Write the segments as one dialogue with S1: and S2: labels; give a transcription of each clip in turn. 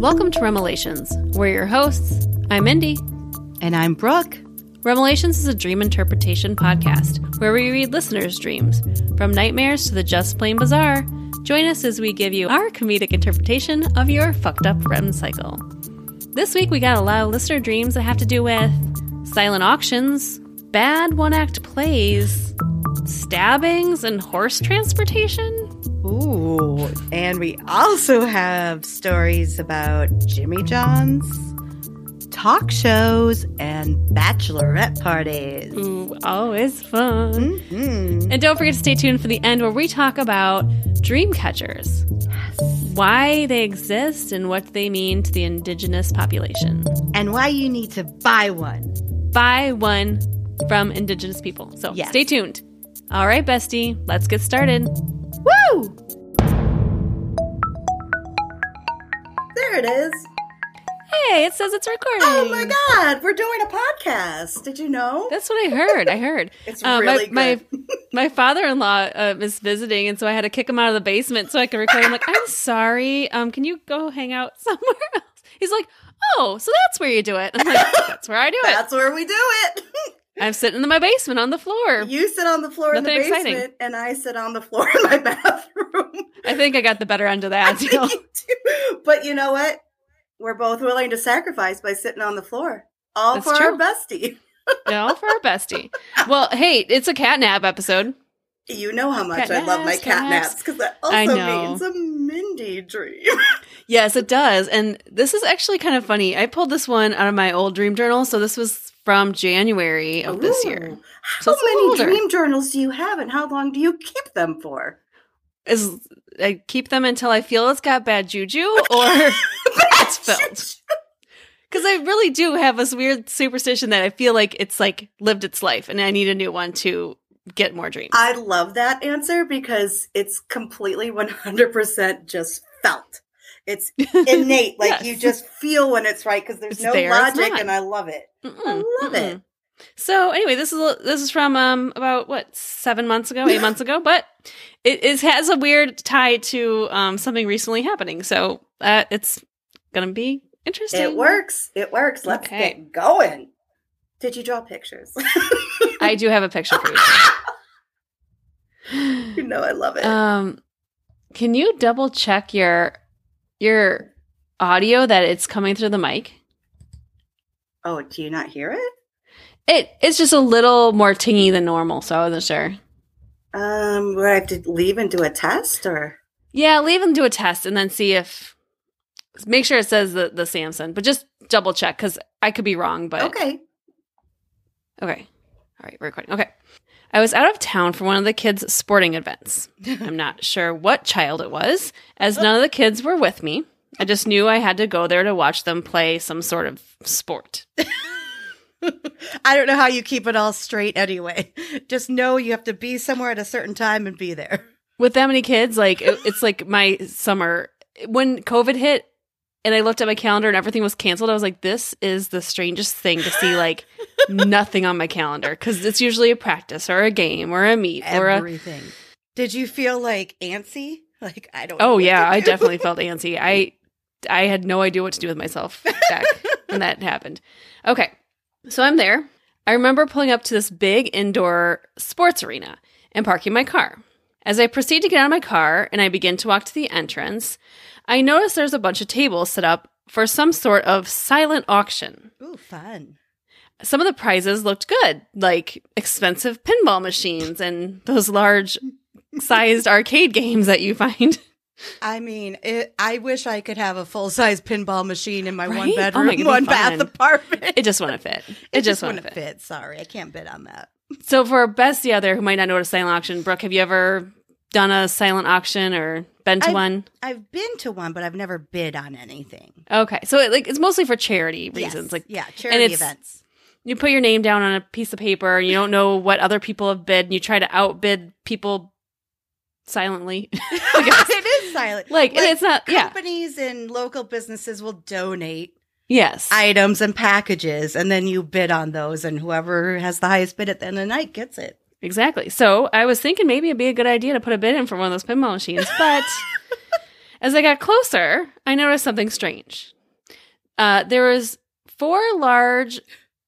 S1: Welcome to Remelations. We're your hosts. I'm Indy.
S2: And I'm Brooke.
S1: Remelations is a dream interpretation podcast where we read listeners' dreams, from nightmares to the just plain bizarre. Join us as we give you our comedic interpretation of your fucked up REM cycle. This week, we got a lot of listener dreams that have to do with silent auctions, bad one act plays, stabbings, and horse transportation.
S2: Ooh. And we also have stories about Jimmy John's, talk shows, and bachelorette parties.
S1: Ooh, always fun.
S2: Mhm.
S1: And don't forget to stay tuned for the end where we talk about dream catchers, why they exist, and what they mean to the indigenous population.
S2: And why you need to buy one.
S1: Buy one from indigenous people. So
S2: Yes.
S1: stay tuned. All right, bestie, let's get started.
S2: Woo! There it is.
S1: Hey, it says it's recording.
S2: Oh my God, we're doing a podcast. Did you know?
S1: That's what I heard. I heard.
S2: It's
S1: Uh,
S2: really
S1: my,
S2: good.
S1: My, my father-in-law uh, is visiting, and so I had to kick him out of the basement so I could record. I'm like, I'm sorry. Um, can you go hang out somewhere else? He's like, Oh, so that's where you do it. I'm like, That's where I do it.
S2: That's where we do it.
S1: I'm sitting in my basement on the floor.
S2: you sit on the floor in the
S1: Nothing
S2: basement,
S1: exciting.
S2: and I sit on the floor in my bathroom.
S1: I think I got the better end of that. deal.
S2: but you know what? We're both willing to sacrifice by sitting on the floor. All
S1: That's
S2: for our
S1: true.
S2: bestie.
S1: no, for our bestie. Well, hey, it's a cat nap episode.
S2: You know how much
S1: Cat
S2: I love my
S1: naps,
S2: cat
S1: cat
S2: naps because that
S1: I
S2: also
S1: know.
S2: means a Mindy dream.
S1: Yes, it does. And this is actually kind of funny. I pulled this one out of my old dream journal, so this was from January of this year.
S2: Ooh. how
S1: So it's a little
S2: many
S1: older.
S2: dream journals do you have and how long do you keep them for?
S1: Is I keep them until I feel it's got bad juju or it's filled. Because I really do have this weird superstition that I feel like it's like lived its life and I need a new one to get more dreams.
S2: I love that answer because it's completely 100% just felt. It's innate. Like you
S1: Yes.
S2: just feel when it's right because there's
S1: It's
S2: no
S1: there, it's
S2: logic
S1: not.
S2: and I love it. I
S1: Mm-mm,
S2: love it.
S1: mm-mm. So anyway, this is a- this is from um about what seven months ago, eight months ago, but it is has a weird tie to um something recently happening. So uh, it's gonna be interesting.
S2: It works. It works. Let's
S1: Okay.
S2: get going. Did you draw pictures?
S1: I do have a picture for
S2: you
S1: you.
S2: know, I love it.
S1: um, can you double check your your audio that it's coming through the mic?
S2: oh, do you not hear it?
S1: It it's just a little more tingy than normal, so I wasn't sure.
S2: Um, would I have to leave and do a test or?
S1: Yeah, leave them do a test and then see if make sure it says the the Samson, but just double check because I could be wrong. But
S2: okay.
S1: okay, all right, we're recording. Okay, I was out of town for one of the kids' sporting events. I'm not sure what child it was, as none of the kids were with me. I just knew I had to go there to watch them play some sort of sport.
S3: I don't know how you keep it all straight anyway. Just know you have to be somewhere at a certain time and be there.
S1: With that many kids, like it, it's like my summer when COVID hit. And I looked at my calendar and everything was canceled. I was like, this is the strangest thing to see, like, nothing on my calendar because it's usually a practice or a game or a meet or a.
S3: Everything. Did you feel like antsy? Like I don't. know
S1: Oh
S3: what
S1: yeah,
S3: to
S1: I
S3: do.
S1: definitely felt antsy. I I had no idea what to do with myself back when that happened. Okay, so I'm there. I remember pulling up to this big indoor sports arena and parking my car. As I proceed to get out of my car and I begin to walk to the entrance, I notice there's a bunch of tables set up for some sort of silent auction.
S3: Ooh, fun.
S1: some of the prizes looked good, like expensive pinball machines and those large sized arcade games that you find.
S3: I mean, it, I wish I could have a full size pinball machine in my
S1: Right?
S3: one
S1: Oh
S3: bedroom,
S1: my
S3: one
S1: God,
S3: bath
S1: fun.
S3: apartment.
S1: It just wouldn't fit. It, just, wouldn't, fit.
S3: Sorry, I can't bid on that.
S1: So for bestie out there who might not know what a silent auction, Brooke, have you ever done a silent auction or been to
S3: I've-
S1: one?
S3: I've been to one, but I've never bid on anything.
S1: Okay, so it, like it's mostly for charity reasons.
S3: Yes.
S1: Like
S3: yeah, charity
S1: it's-
S3: events.
S1: you put your name down on a piece of paper, and you don't know what other people have bid, and you try to outbid people silently. I guess.
S3: it is silent.
S1: Oh, like, and
S3: Like,
S1: it's not. Yeah.
S3: Companies and local businesses will donate
S1: Yes.
S3: items and packages, and then you bid on those, and whoever has the highest bid at the end of the night gets it.
S1: Exactly. So I was thinking maybe it'd be a good idea to put a bid in for one of those pinball machines, but As I got closer, I noticed something strange. Uh, there was four large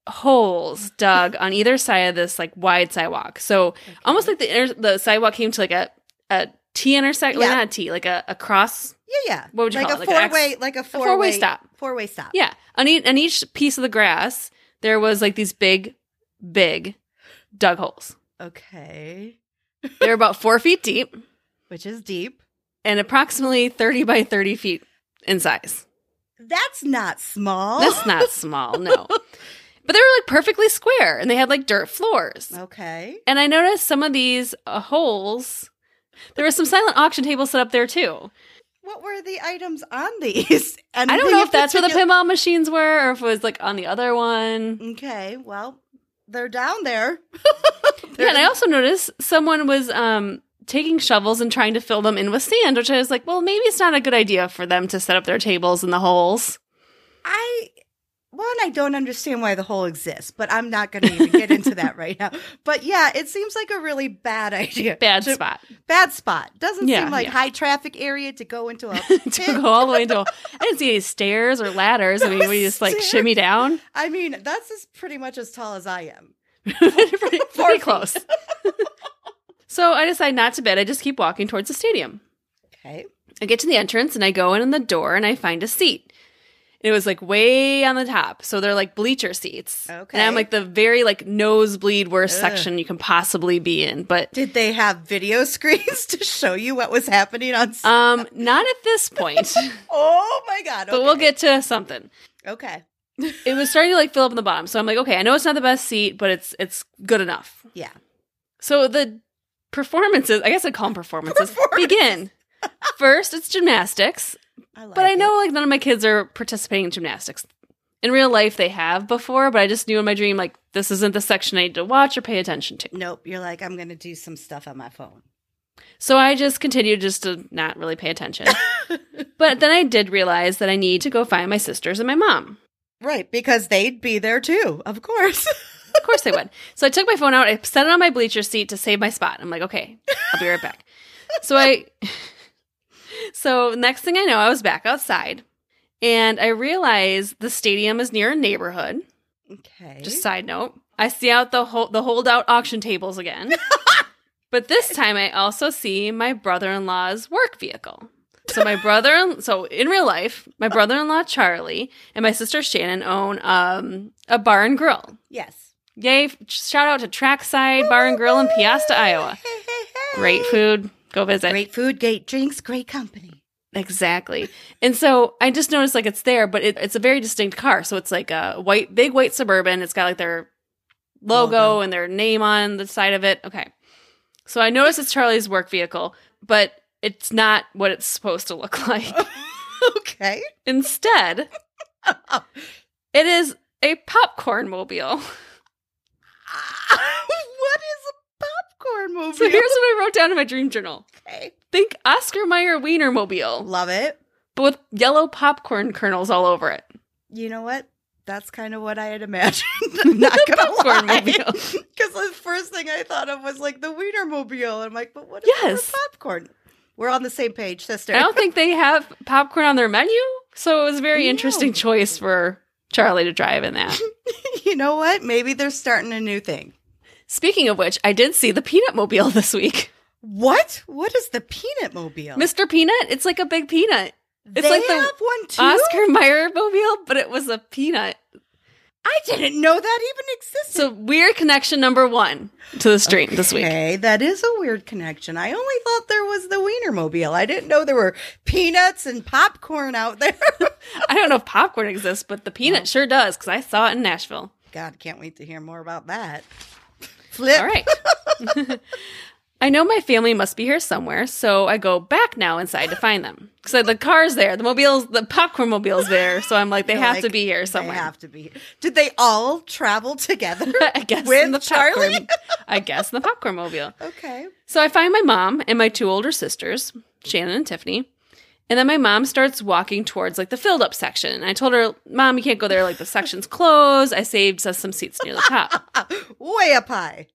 S1: holes dug on either side of this like wide sidewalk. So almost like the inter- the sidewalk came to like a a T intersection,
S3: Yeah.
S1: well, not a T, like a, a cross.
S3: Yeah, yeah.
S1: What would you
S3: like
S1: call
S3: a
S1: it? Like an
S3: Four
S1: ex-
S3: way, like a four
S1: four-way
S3: way
S1: stop.
S3: Four way stop.
S1: Yeah, on, e- on each piece of the grass, there was like these big, big dug holes.
S3: Okay.
S1: They were about four feet deep
S3: Which is deep.
S1: and approximately thirty by thirty feet in size.
S3: That's not small.
S1: That's not small, no. But they were like perfectly square, and they had like dirt floors.
S3: okay.
S1: And I noticed some of these uh, holes. There was some silent auction tables set up there too.
S3: What were the items on these? And
S1: I don't know Mm, if that's where the
S3: particular-
S1: pinball machines were or if it was like on the other one.
S3: Okay, well, they're down there.
S1: Yeah, and I also noticed someone was um, taking shovels and trying to fill them in with sand, which I was like, well, maybe it's not a good idea for them to set up their tables in the holes.
S3: I one, I don't understand why the hole exists, but I'm not going to even get into that right now. But yeah, it seems like a really bad idea.
S1: Bad
S3: To-
S1: spot
S3: Bad spot. Doesn't
S1: Yeah,
S3: seem like
S1: yeah.
S3: high traffic area to go into a
S1: to
S3: pit.
S1: go all the way into. A, I didn't see any stairs or ladders. I mean,
S3: No
S1: we just like
S3: stairs.
S1: shimmy down.
S3: I mean, that's as pretty much as tall as I am.
S1: pretty, pretty
S3: Four feet.
S1: close. so I decide not to bid. I just keep walking towards the stadium.
S3: Okay.
S1: I get to the entrance and I go in on the door and I find a seat. And it was like way on the top. So they're like bleacher seats.
S3: Okay.
S1: And I'm like the very like nosebleed worst
S3: Ugh.
S1: section you can possibly be in. But
S3: Did they have video screens to show you what was happening on? s-
S1: um not at this point.
S3: oh my god!
S1: But we'll get to something.
S3: okay.
S1: It was starting to like fill up in the bottom. So I'm like, okay, I know it's not the best seat, but it's it's good enough.
S3: Yeah.
S1: So the performances, I guess I call them performances, begin. First, it's gymnastics.
S3: I like
S1: But I
S3: it.
S1: know like none of my kids are participating in gymnastics. In real life, they have before, but I just knew in my dream like this isn't the section I need to watch or pay attention to.
S3: Nope. You're like, I'm going to do some stuff on my phone.
S1: So I just continued just to not really pay attention. but then I did realize that I need to go find my sisters and my mom.
S3: Right, because they'd be there too, of course.
S1: Of course they would. So I took my phone out, I set it on my bleacher seat to save my spot. I'm like, okay, I'll be right back. So I So next thing I know, I was back outside and I realized the stadium is near a neighborhood.
S3: Okay.
S1: Just side note, I see out the hol- the holdout auction tables again. but this time I also see my brother-in-law's work vehicle. So my brother, so in real life, my brother-in-law Charlie and my sister Shannon own um, a bar and grill.
S3: yes.
S1: Yay! f- Shout out to Trackside Bar and Grill in Piasta, Iowa.
S3: Hey, hey, hey.
S1: Great food. Go visit.
S3: Great food, great drinks, great company.
S1: Exactly. And so I just noticed like it's there, but it, it's a very distinct car. So it's like a white, big white suburban. It's got like their logo,
S3: Logo.
S1: and their name on the side of it. Okay. So I noticed it's Charlie's work vehicle, but it's not what it's supposed to look like.
S3: okay.
S1: Instead,
S3: Ah,
S1: it is a popcorn mobile.
S3: what is a popcorn movie?
S1: So here's what I wrote down in my dream journal.
S3: okay.
S1: Think Oscar Mayer Wiener mobile,
S3: Love it.
S1: but with yellow popcorn kernels all over it.
S3: You know what? That's kind of what I had imagined. I'm not gonna
S1: Popcorn
S3: lie.
S1: mobile.
S3: Because the first thing I thought of was like the Wienermobile. I'm like, but what is
S1: Yes.
S3: yes. popcorn? We're on the same page, sister.
S1: I don't think they have popcorn on their menu. So it was a very
S3: No.
S1: interesting choice for Charlie to drive in that.
S3: you know what? Maybe they're starting a new thing.
S1: Speaking of which, I did see the peanut mobile this week.
S3: What? What is the peanut mobile?
S1: Mr. Peanut, it's like a big peanut.
S3: they
S1: like the
S3: have one too.
S1: Oscar Mayer mobile, but it was a peanut.
S3: I didn't know that even existed.
S1: So weird connection number one to the stream this week.
S3: Okay, that is a weird connection. I only thought there was the Wienermobile. I didn't know there were peanuts and popcorn out there.
S1: I don't know if popcorn exists, but the peanut sure does because I saw it in Nashville.
S3: God, can't wait to hear more about that. Flip.
S1: All right. I know my family must be here somewhere, so I go back now inside to find them. So the car's there, the mobile's, the popcorn mobile's there, so I'm like, they
S3: You're
S1: have to
S3: like,
S1: be here somewhere.
S3: They have to be. Did they all travel together?
S1: I guess
S3: With
S1: in the
S3: Charlie?
S1: popcorn. I guess in the popcorn mobile.
S3: okay.
S1: So I find my mom and my two older sisters, Shannon and Tiffany. And then my mom starts walking towards like the filled up section. And I told her, Mom, you can't go there. Like the section's closed. I saved us some seats near the top.
S3: Way up high.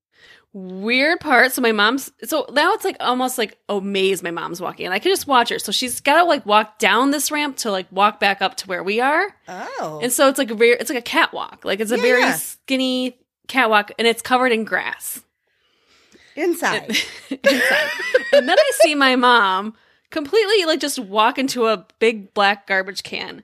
S1: weird part. So my mom's so now it's like almost like a maze. My mom's walking, and I can just watch her. So she's got to like walk down this ramp to like walk back up to where we are,
S3: Oh.
S1: and so it's like a very it's like a catwalk. Like it's a
S3: Yeah,
S1: very
S3: yeah.
S1: skinny catwalk, and it's covered in grass.
S3: Inside.
S1: Inside. and then I see my mom completely like just walk into a big black garbage can,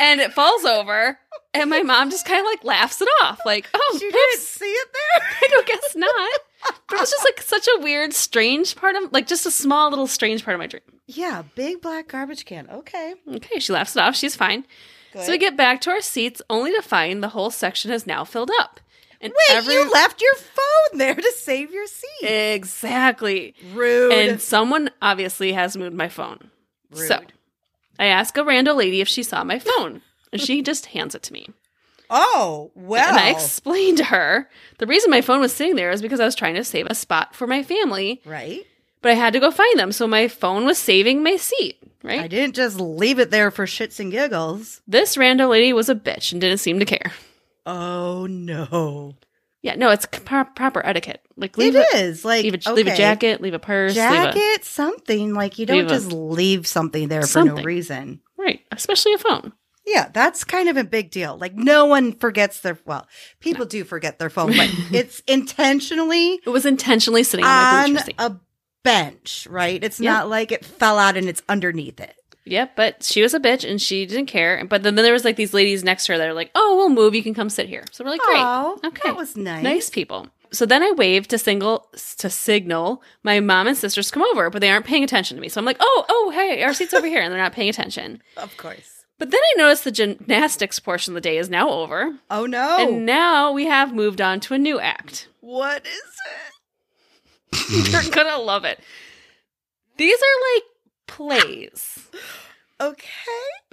S1: and it falls over. And my mom just kind of like laughs it off, like, "Oh,
S3: she
S1: whoops."
S3: didn't see it there?
S1: I don't guess not. But it was just like such a weird, strange part of like just a small little strange part of my dream.
S3: Yeah, big black garbage can. Okay.
S1: Okay, she laughs it off. She's fine.
S3: Good.
S1: So we get back to our seats only to find the whole section has now filled up. And
S3: Wait,
S1: every-
S3: you left your phone there to save your seat.
S1: exactly.
S3: Rude.
S1: And someone obviously has moved my phone. So
S3: Rude.
S1: I ask a random lady if she saw my phone. And she just hands it to me.
S3: oh, well.
S1: And I explained to her the reason my phone was sitting there is because I was trying to save a spot for my family
S3: right?
S1: but I had to go find them. So my phone was saving my seat,
S3: I
S1: right?
S3: didn't just leave it there for shits and giggles.
S1: This rando lady was a bitch and didn't seem to care.
S3: Oh, no.
S1: Yeah, no, it's pro- proper etiquette. Like leave
S3: It
S1: a,
S3: is. Like,
S1: leave, a, leave a
S3: okay,
S1: jacket, leave a purse, leave
S3: Jacket, something. Like, you don't
S1: leave a-
S3: just leave something there for no
S1: Something.
S3: reason.
S1: a right, especially a phone.
S3: Yeah, that's kind of a big deal. Like no one forgets their well, people do forget their phone, but it's intentionally
S1: It was intentionally sitting on my
S3: on
S1: bleacher seat.
S3: a bench, right? It's
S1: Yeah.
S3: not like it fell out and it's underneath it.
S1: Yep, but she was a bitch and she didn't care. But then, then there was like these ladies next to her that are like, "Oh, we'll move. You can come sit here." So we're like, "Great,
S3: Oh,
S1: Okay.
S3: that was nice.
S1: nice people." So then I waved to single to signal my mom and sisters to come over, but they aren't paying attention to me. So I'm like, "Oh, oh, hey, our seat's over here," and they're not paying attention.
S3: Of course.
S1: But then I noticed the gymnastics portion of the day is now over.
S3: Oh no.
S1: And now we have moved on to a new act.
S3: what is it?
S1: You're gonna love it. These are like plays.
S3: Okay.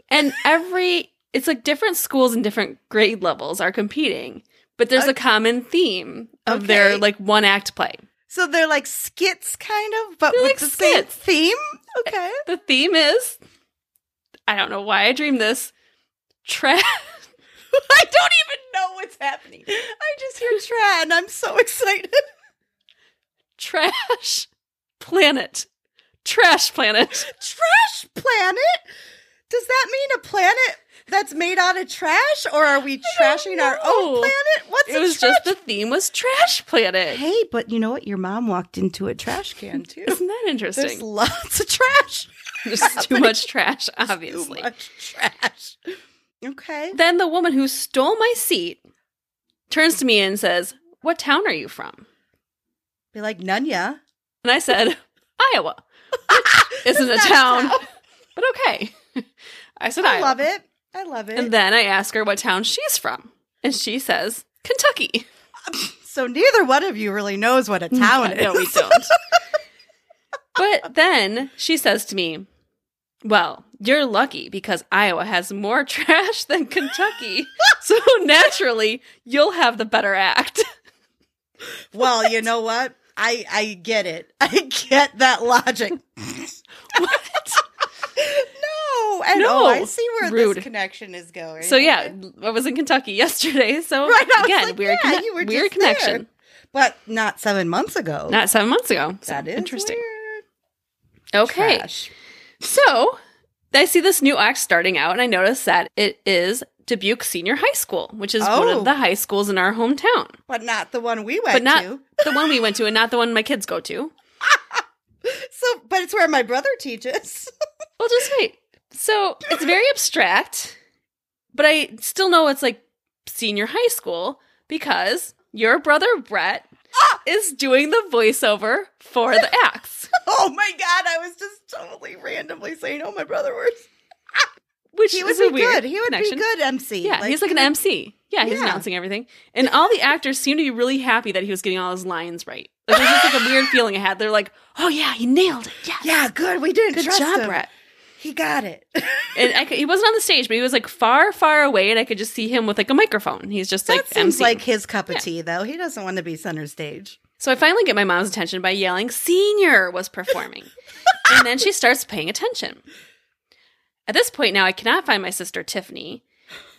S1: And every it's like different schools and different grade levels are competing, but there's a
S3: Okay.
S1: common theme of their
S3: Okay.
S1: like one act play.
S3: So they're like skits kind of, but
S1: They're
S3: with
S1: like
S3: the
S1: skits.
S3: same theme? Okay.
S1: The theme is I don't know why I dreamed this. Trash
S3: I don't even know what's happening. I just hear Tra and I'm so excited.
S1: trash planet. Trash planet.
S3: trash planet? Does that mean a planet that's made out of trash, or are we trashing our own
S1: know.
S3: planet? What's
S1: It was just the theme was trash planet.
S3: hey, but you know what? Your mom walked into a trash can too.
S1: Isn't that
S3: There's
S1: interesting?
S3: lots of trash.
S1: There's, too much trash, obviously.
S3: Too much trash. Okay.
S1: Then the woman who stole my seat turns to me and says, What town are you from?
S3: Be like Nunya.
S1: And I said, Iowa. Which isn't a
S3: That's
S1: town,
S3: how-
S1: but okay. I said,
S3: I
S1: Iowa.
S3: love it. I love it.
S1: And then I ask her what town she's from. And she says, Kentucky.
S3: so neither one of you really knows what a town is.
S1: No, we don't. but then she says to me, Well, you're lucky because Iowa has more trash than Kentucky. so naturally, you'll have the better act.
S3: Well, you know what? I I get it. I get that logic.
S1: What?
S3: No, and
S1: No.
S3: oh, I see where
S1: Rude.
S3: this connection is going.
S1: so, yeah,
S3: Okay.
S1: I was in Kentucky yesterday. So,
S3: Right, I was
S1: again,
S3: like,
S1: weird,
S3: yeah,
S1: conne-
S3: you were
S1: weird
S3: just there.
S1: connection.
S3: but not seven months ago.
S1: Not seven months ago. So
S3: that is
S1: interesting.
S3: weird.
S1: Okay.
S3: Trash.
S1: So I see this new act starting out, and I notice that it is Dubuque Senior High School, which is one
S3: Oh.
S1: of the high schools in our hometown.
S3: but not the one we went
S1: But not-
S3: to.
S1: the one we went to and not the one my kids go to.
S3: So, but it's where my brother teaches.
S1: Well, just wait. So it's very abstract, but I still know it's like senior high school because your brother Brett is doing the voiceover for the acts,
S3: oh my god, I was just totally randomly saying, "Oh, my brother works."
S1: which
S3: He would
S1: is
S3: be
S1: a weird
S3: good. He would
S1: connection.
S3: be good MC.
S1: Yeah, he's like
S3: he
S1: an
S3: would-
S1: MC. Yeah, he's
S3: Yeah.
S1: announcing everything, and all the actors seem to be really happy that he was getting all his lines right. Like, it was just like a weird feeling I had. They're like, "Oh yeah, he nailed it. Yes.
S3: Yeah, good. We didn't
S1: good
S3: trust
S1: job,
S3: him.
S1: Brett."
S3: He got it.
S1: and I could, he wasn't on the stage, but he was like far, far away, and I could just see him with like a microphone. He's just
S3: that
S1: like
S3: seems
S1: MC.
S3: like his cup of tea, though. He doesn't want to be center stage.
S1: so I finally get my mom's attention by yelling, "Senior was performing," and then she starts paying attention. At this point, now I cannot find my sister Tiffany,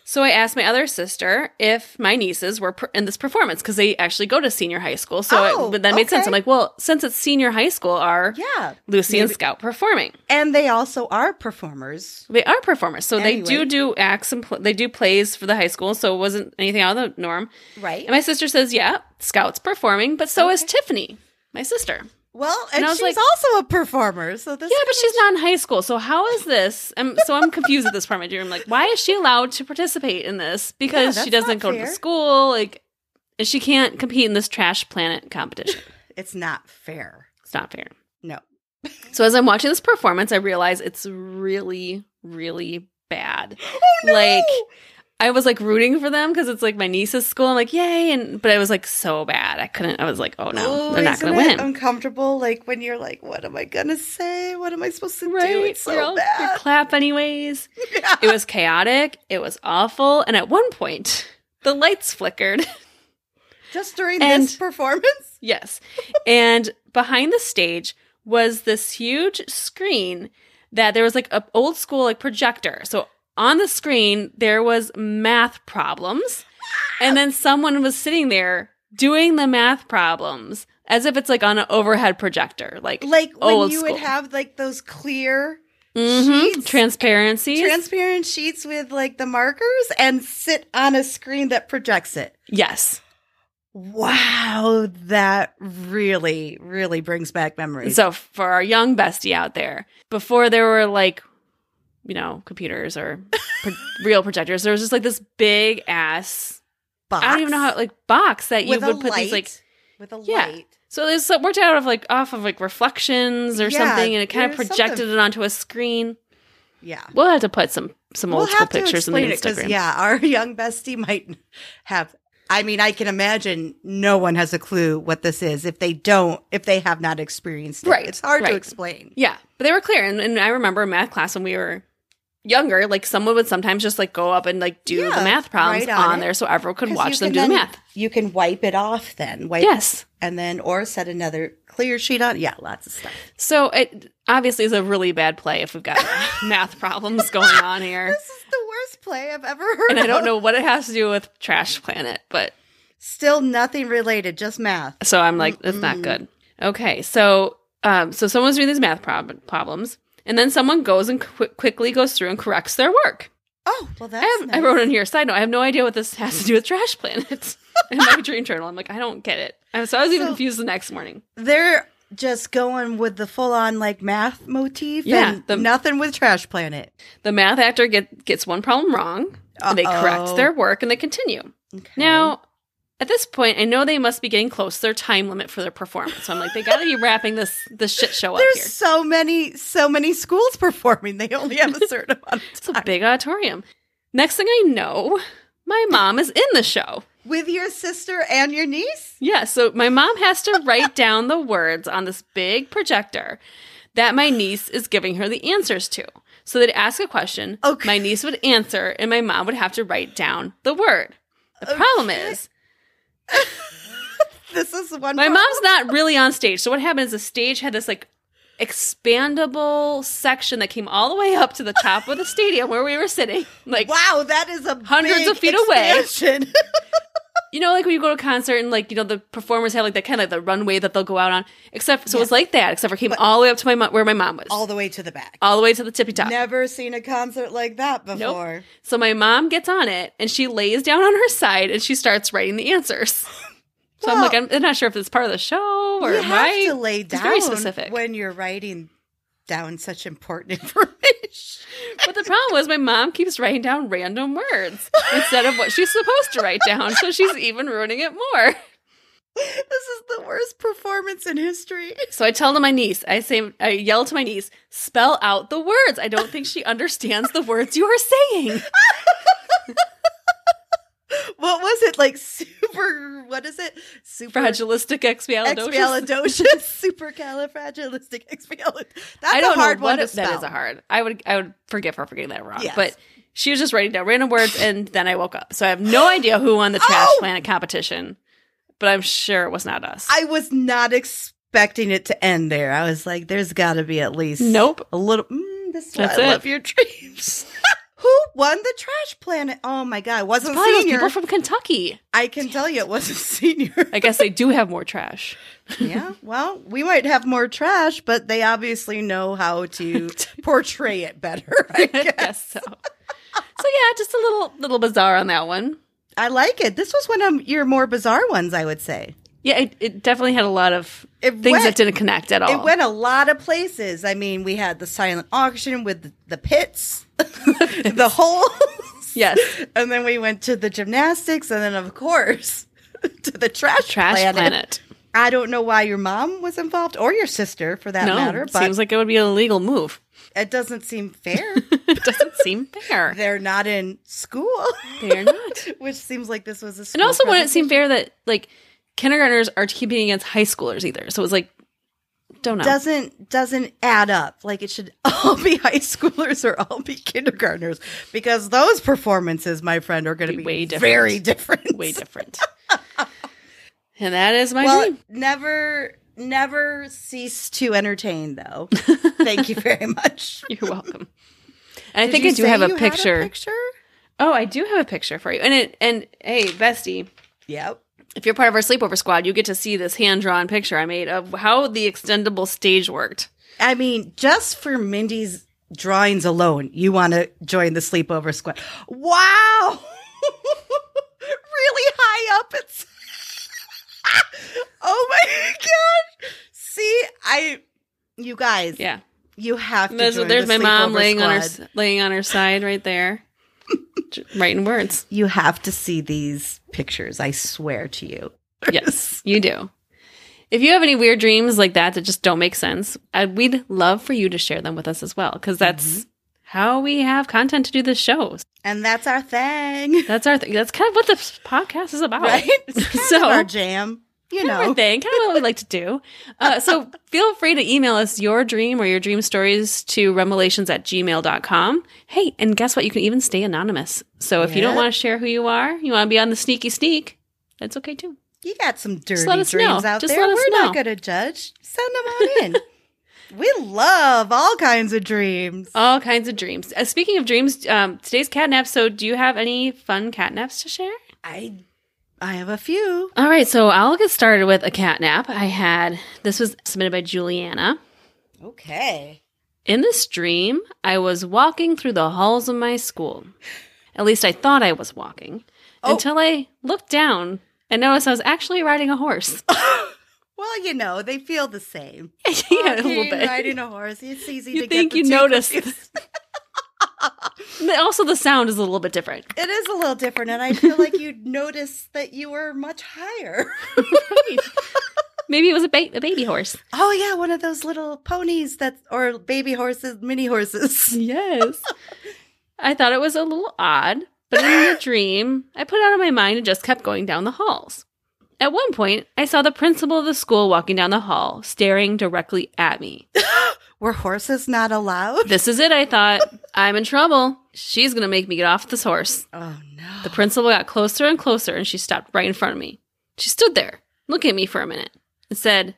S1: So I asked my other sister if my nieces were per- in this performance because they actually go to senior high school. So
S3: Oh,
S1: it, but that made sense.
S3: okay.
S1: I'm like, well, since it's senior high school, are
S3: Yeah.
S1: Lucy and
S3: Maybe-
S1: Scout performing?
S3: And they also are performers.
S1: They are performers, so they do
S3: Anyway.
S1: do acts and pl- they do plays for the high school. So it wasn't anything out of the norm.
S3: Right.
S1: And my sister says, yeah, Scout's performing, but so is
S3: Okay.
S1: Tiffany, my sister.
S3: well,
S1: and
S3: and,
S1: I was like-
S3: she's also a performer. So this
S1: Yeah, but she's not in high school. So how is this? I'm, so I'm confused at this part. in My dream, like, why is she allowed to participate in this? Because
S3: Yeah,
S1: she
S3: that's
S1: doesn't go
S3: not
S1: to
S3: fair.
S1: school. Like, and she can't compete in this trash planet competition.
S3: it's not fair.
S1: It's not fair.
S3: No.
S1: So as I'm watching this performance, I realize it's really, really bad.
S3: Oh,
S1: Like, I was like rooting for them because it's like my niece's school. I'm like, yay! And but I was like so bad. I couldn't. I was like, oh no,
S3: Ooh,
S1: they're not
S3: isn't
S1: going to
S3: it
S1: win.
S3: Uncomfortable, like when you're like, "What am I gonna say? What am I supposed to do?" It's so
S1: You're all- you
S3: bad.
S1: clap anyways. It was chaotic. It was awful. And at one point, the lights flickered.
S3: Just during
S1: and-
S3: this performance,
S1: yes. And behind the stage was this huge screen that there was like a old school like projector. So on the screen there was math problems. And then someone was sitting there doing the math problems as if it's like on an overhead projector. Like,
S3: like when
S1: Old
S3: you
S1: Oh, school.
S3: would have like those clear,
S1: mhm,
S3: sheets.
S1: transparency.
S3: transparent sheets with like the markers, and sit on a screen that projects it.
S1: yes.
S3: Wow, that really, really brings back memories.
S1: So for our young bestie out there, before there were like, you know, computers or pro- real projectors, there was just like this big ass.
S3: Box
S1: I don't even know how like box that you
S3: with a
S1: would put these like.
S3: light- with a
S1: Yeah.
S3: light.
S1: So it was- it worked out of like off of like reflections or
S3: Yeah,
S1: something, and it kind of
S3: there's something.
S1: projected it onto a screen.
S3: Yeah.
S1: We'll have to put some some old school pictures in the
S3: explain it
S1: Instagram.
S3: yeah, our young bestie might have. I mean, I can imagine no one has a clue what this is if they don't, if they have not experienced it.
S1: Right,
S3: It's hard
S1: right.
S3: to explain.
S1: Yeah, but they were clear, and, and I remember in math class when we were younger, like someone would sometimes just like go up and like do the
S3: Yeah,
S1: math problems
S3: right on
S1: on
S3: it.
S1: there, so everyone could
S3: 'Cause you
S1: watch them
S3: can
S1: do the
S3: then-
S1: math.
S3: You can wipe it off then, wipe
S1: Yes,
S3: and then, or set another clear sheet on. Yeah, lots of stuff.
S1: So it obviously is a really bad play if we've got math problems going on here.
S3: This is the worst play I've ever heard.
S1: And I don't
S3: of.
S1: know what it has to do with Trash Planet, but
S3: Still nothing related, just math.
S1: so I'm like, that's not
S3: Mm-mm.
S1: good. Okay, so um, so someone's doing these math prob- problems, and then someone goes and qu- quickly goes through and corrects their work.
S3: Oh, well, that's
S1: I, have, I
S3: nice.
S1: wrote in here, side note, I have no idea what this has to do with Trash Planet in my dream journal. I'm like, I don't get it. And So I was even
S3: So-
S1: confused the next morning.
S3: They're just going with the full on like math motif.
S1: Yeah,
S3: and
S1: the-
S3: nothing with Trash Planet.
S1: The math actor get, gets one problem wrong, and they correct
S3: Uh-oh.
S1: their work, and they continue.
S3: Okay.
S1: Now, at this point, I know they must be getting close to their time limit for their performance. So I'm like, they got to be wrapping this this shit show up
S3: There's
S1: here.
S3: so many, so many schools performing. They only have a certain amount of
S1: It's a
S3: time.
S1: big auditorium. Next thing I know, my mom is in the show.
S3: With your sister and your niece?
S1: Yeah, so my mom has to write down the words on this big projector that my niece is giving her the answers to. So they'd ask a question,
S3: Okay.
S1: my niece would answer, and my mom would have to write down the word. The problem is,
S3: This is one.
S1: My
S3: part-
S1: mom's not really on stage. So what happened is the stage had this like expandable section that came all the way up to the top of the stadium where we were sitting. Like
S3: Wow, that is a
S1: Hundreds
S3: big
S1: of feet away.
S3: expansion.
S1: you know, like when you go to a concert and like you know the performers have like that kind of like the runway that they'll go out on. Except so it was like that. Except for it came all the way up to my mom, where my mom was, all
S3: all
S1: the,
S3: the way to the back.
S1: way to the tippy top.
S3: Never seen a concert like that before.
S1: So my mom gets on it and she lays down on her side and she starts writing the answers. So I'm
S3: Well-
S1: like, I'm, I'm not sure if it's part of the show or
S3: you
S1: am
S3: have
S1: I-
S3: to lay
S1: It's
S3: down
S1: very specific.
S3: when you're writing down such important information.
S1: But the problem was my mom keeps writing down random words instead of what she's supposed to write down. So she's even ruining it more.
S3: this is the worst performance in history.
S1: So I tell to my niece, I say I yell to my niece, spell out the words. I don't think she understands the words you are saying.
S3: What was it like? Super. What is it? Super
S1: Fragilistic expialidocious.
S3: Expialidocious, supercalifragilistic, expialidocious. That's
S1: I don't
S3: a hard
S1: know
S3: one
S1: what
S3: to
S1: it- that
S3: spell.
S1: is a hard. I would I would forgive her for getting that wrong.
S3: Yes.
S1: But she was just writing down random words and then I woke up. So I have no idea who won the trash
S3: Oh!
S1: planet competition. But I'm sure it was not us.
S3: I was not expecting it to end there. I was like, there's got to be at least
S1: nope.
S3: a little. Mm, this is why
S1: That's
S3: I
S1: it.
S3: love your dreams. Who won the trash planet? Oh my god, it wasn't
S1: Probably those
S3: senior.
S1: people from Kentucky.
S3: I can tell you it wasn't senior.
S1: I guess they do have more trash.
S3: yeah. Well, we might have more trash, but they obviously know how to portray it better. I
S1: I
S3: guess.
S1: guess so. So yeah, just a little little bizarre on that one.
S3: I like it. This was one of your more bizarre ones, I would say.
S1: Yeah, it, it definitely had a lot of
S3: It
S1: things that
S3: went-
S1: didn't connect at all.
S3: It went a lot of places. I mean, we had the silent auction with the, the pits, the holes.
S1: Yes.
S3: And then we went to the gymnastics and then of course to the trash,
S1: Trash planet.
S3: I don't know why your mom was involved or your sister for that
S1: No,
S3: matter, but
S1: seems like it would be an illegal move.
S3: it doesn't seem fair.
S1: It doesn't seem fair.
S3: They're not in school.
S1: They're not.
S3: Which seems like this was a school
S1: And also, wouldn't it seem
S3: presentation.
S1: fair that like kindergartners are competing against high schoolers either? So it's like, don't know.
S3: doesn't doesn't add up. Like it should all be high schoolers or all be kindergartners because those performances, my friend, are going to
S1: Be
S3: be
S1: way different.
S3: very different.
S1: Way different. and that is my
S3: Well,
S1: dream.
S3: never never cease to entertain, though. Thank you very much.
S1: You're welcome. And I
S3: Did
S1: think
S3: you
S1: I do
S3: say
S1: have
S3: you
S1: a
S3: had a
S1: picture.
S3: picture?
S1: Oh, I do have a picture for you. And it and hey, bestie,
S3: Yep.
S1: if you're part of our sleepover squad, you get to see this hand drawn picture I made of how the extendable stage worked.
S3: I mean, just for Mindy's drawings alone, you want to join the sleepover squad. Wow. really high up. It's. oh my God. See, I. You guys,
S1: Yeah,
S3: you have to.
S1: there's,
S3: join
S1: there's
S3: the
S1: my mom
S3: sleepover
S1: laying on her
S3: squad.
S1: s- laying on her side right there, J- writing words.
S3: You have to see these pictures. I swear to you.
S1: Yes, you do. If you have any weird dreams like that that just don't make sense, uh, we'd love for you to share them with us as well, because that's
S3: Mm-hmm.
S1: how we have content to do this show.
S3: And that's our thing,
S1: That's our thing. That's kind of what the podcast is about,
S3: right? It's kind
S1: so
S3: of our jam. You
S1: kind of
S3: know,
S1: our thing, kind of what we like to do. Uh, so feel free to email us your dream or your dream stories to revelations at gmail.com. Hey, and guess what? You can even stay anonymous. So if you don't
S3: Yeah.
S1: want to share who you are, you want to be on the sneaky sneak, that's okay too.
S3: you got some dirty
S1: let us
S3: dreams
S1: know.
S3: out
S1: Just
S3: there.
S1: let us
S3: We're not
S1: know.
S3: going to judge. Send them on in. we love all kinds of dreams.
S1: All kinds of dreams. Uh, speaking of dreams, um, today's catnap. So do you have any fun catnaps to share?
S3: I, I have a few.
S1: All right, so I'll get started with a catnap. I had this was submitted by Juliana.
S3: Okay.
S1: In this dream, I was walking through the halls of my school. At least I thought I was walking
S3: Oh.
S1: until I looked down and noticed I was actually riding a horse.
S3: Well, you know, they feel the same.
S1: yeah, a little
S3: Walking,
S1: bit.
S3: Riding a horse, it's easy
S1: You
S3: to
S1: think
S3: get the
S1: you
S3: two
S1: noticed.
S3: confused.
S1: But also, the sound is a little bit different.
S3: It is a little different, and I feel like you'd notice that you were much higher.
S1: Maybe it was a, ba- a baby horse.
S3: Oh yeah, one of those little ponies that or baby horses, mini horses.
S1: Yes. I thought it was a little odd, but in the dream, I put it out of my mind and just kept going down the halls. At one point, I saw the principal of the school walking down the hall, staring directly at me.
S3: Were horses not allowed?
S1: This is it, I thought. I'm in trouble. She's going to make me get off this horse.
S3: Oh no.
S1: The principal got closer and closer, and she stopped right in front of me. She stood there, looking at me for a minute, and said,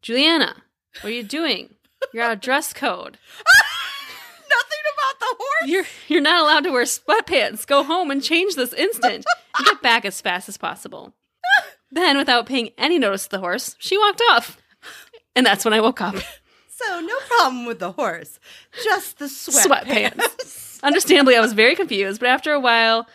S1: Juliana, what are you doing? You're out of dress code.
S3: Nothing about the horse.
S1: You're you're not allowed to wear sweatpants. Go home and change this instant. And get back as fast as possible. Then, without paying any notice to the horse, she walked off. And that's when I woke up.
S3: So no problem with the horse, just the sweatpants.
S1: Sweatpants. Understandably, I was very confused, but after a while,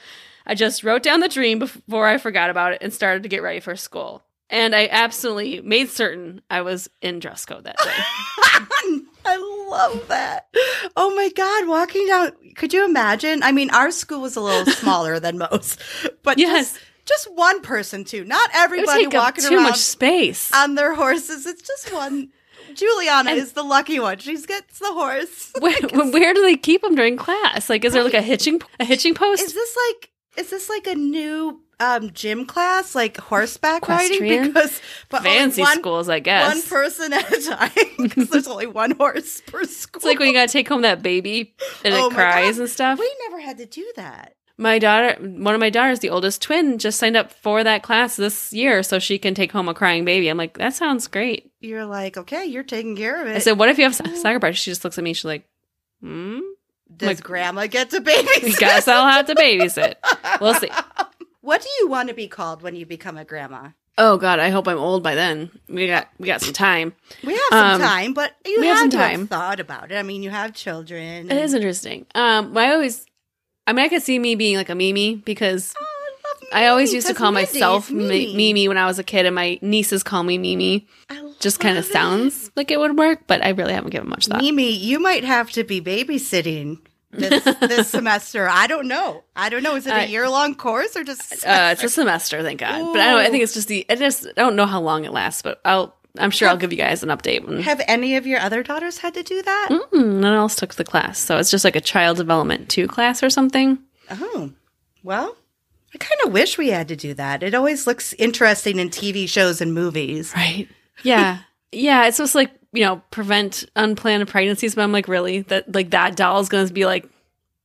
S1: I just wrote down the dream before I forgot about it and started to get ready for school. And I absolutely made certain I was in dress code that day.
S3: I love that. Oh my god, walking down. Could you imagine? I mean, our school was a little smaller than most, but
S1: Yes.
S3: just, just one person too. Not
S1: It would
S3: everybody
S1: take up
S3: walking
S1: too
S3: around Uh,
S1: much space.
S3: on their horses. It's just one. Juliana is the lucky one. She gets the horse.
S1: where, where do they keep them during class? Like, is there like a hitching a hitching post?
S3: Is this like is this like a new um gym class like horseback
S1: Equestrian?
S3: riding because but only
S1: fancy
S3: one,
S1: schools, I
S3: one
S1: guess.
S3: person at a time because there's only one horse per school.
S1: it's like when you gotta take home that baby and
S3: Oh
S1: it
S3: my
S1: cries
S3: God.
S1: and stuff.
S3: we never had to do that.
S1: My daughter, one of my daughters, the oldest twin, just signed up for that class this year so she can take home a crying baby. I'm like, that sounds great.
S3: You're like, okay, you're taking care of it.
S1: I said, what if you have sa- soccer practice? She just looks at me. She's like, hmm.
S3: Does
S1: Like-
S3: grandma get to babysit?
S1: Guess I'll have to babysit. We'll see.
S3: What do you want to be called when you become a grandma?
S1: Oh God, I hope I'm old by then. We got we got some time.
S3: We have some
S1: Um,
S3: time, but you
S1: we have
S3: have,
S1: some
S3: to have
S1: time.
S3: thought about it. I mean, you have children.
S1: It is interesting. Um, I always, I mean, I could see me being like a Mimi because
S3: Oh, I love
S1: I always
S3: Mimi.
S1: used to
S3: That's
S1: call
S3: Mindy's
S1: myself Mi-
S3: Mimi.
S1: Mimi. when I was a kid, and my nieces call me Mimi.
S3: I
S1: Just kind of
S3: love it.
S1: sounds like it would work, but I really haven't given much thought.
S3: Mimi, you might have to be babysitting this, this semester. I don't know. I don't know. Is it a
S1: I-
S3: year long course or just? a
S1: Uh,
S3: semester?
S1: it's a semester, thank God. But I, don't, I think it's just the. I just I don't know how long it lasts, but I'll. I'm sure I'll give you guys an update. When,
S3: have any of your other daughters had to do that?
S1: Mm, none else took the class, so it's just like a child development two class or something.
S3: Oh, well, I kind of wish we had to do that. It always looks interesting in TV shows and movies.
S1: Right. Yeah. yeah. It's supposed to like, you know, prevent unplanned pregnancies, but I'm like, really? That like that doll's gonna be like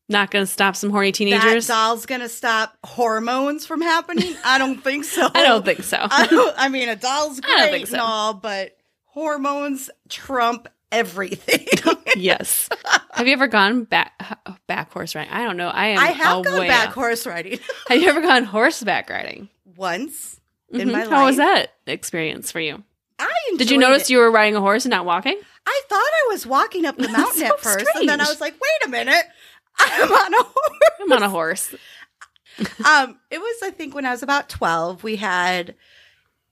S1: not gonna stop some horny teenagers?
S3: That doll's gonna stop hormones from happening? I don't think so.
S1: I don't think so.
S3: I, don't, I mean, a doll's
S1: don't
S3: great
S1: think so.
S3: and all, but hormones trump everything.
S1: yes. Have you ever gone back h- back horse riding? I don't know. I am
S3: I have
S1: a
S3: gone
S1: way
S3: back
S1: off.
S3: horse riding
S1: Have you ever gone horseback riding?
S3: once in
S1: Mhm.
S3: my life.
S1: How was that experience for you?
S3: I
S1: Did you
S3: enjoyed
S1: notice
S3: it.
S1: you were riding a horse and not walking?
S3: I thought I was walking up the
S1: That's
S3: mountain
S1: so
S3: at first, and then I
S1: strange.
S3: was like, "Wait a minute, I'm on a horse."
S1: I'm on a horse.
S3: um, it was, I think, when I was about 12, we had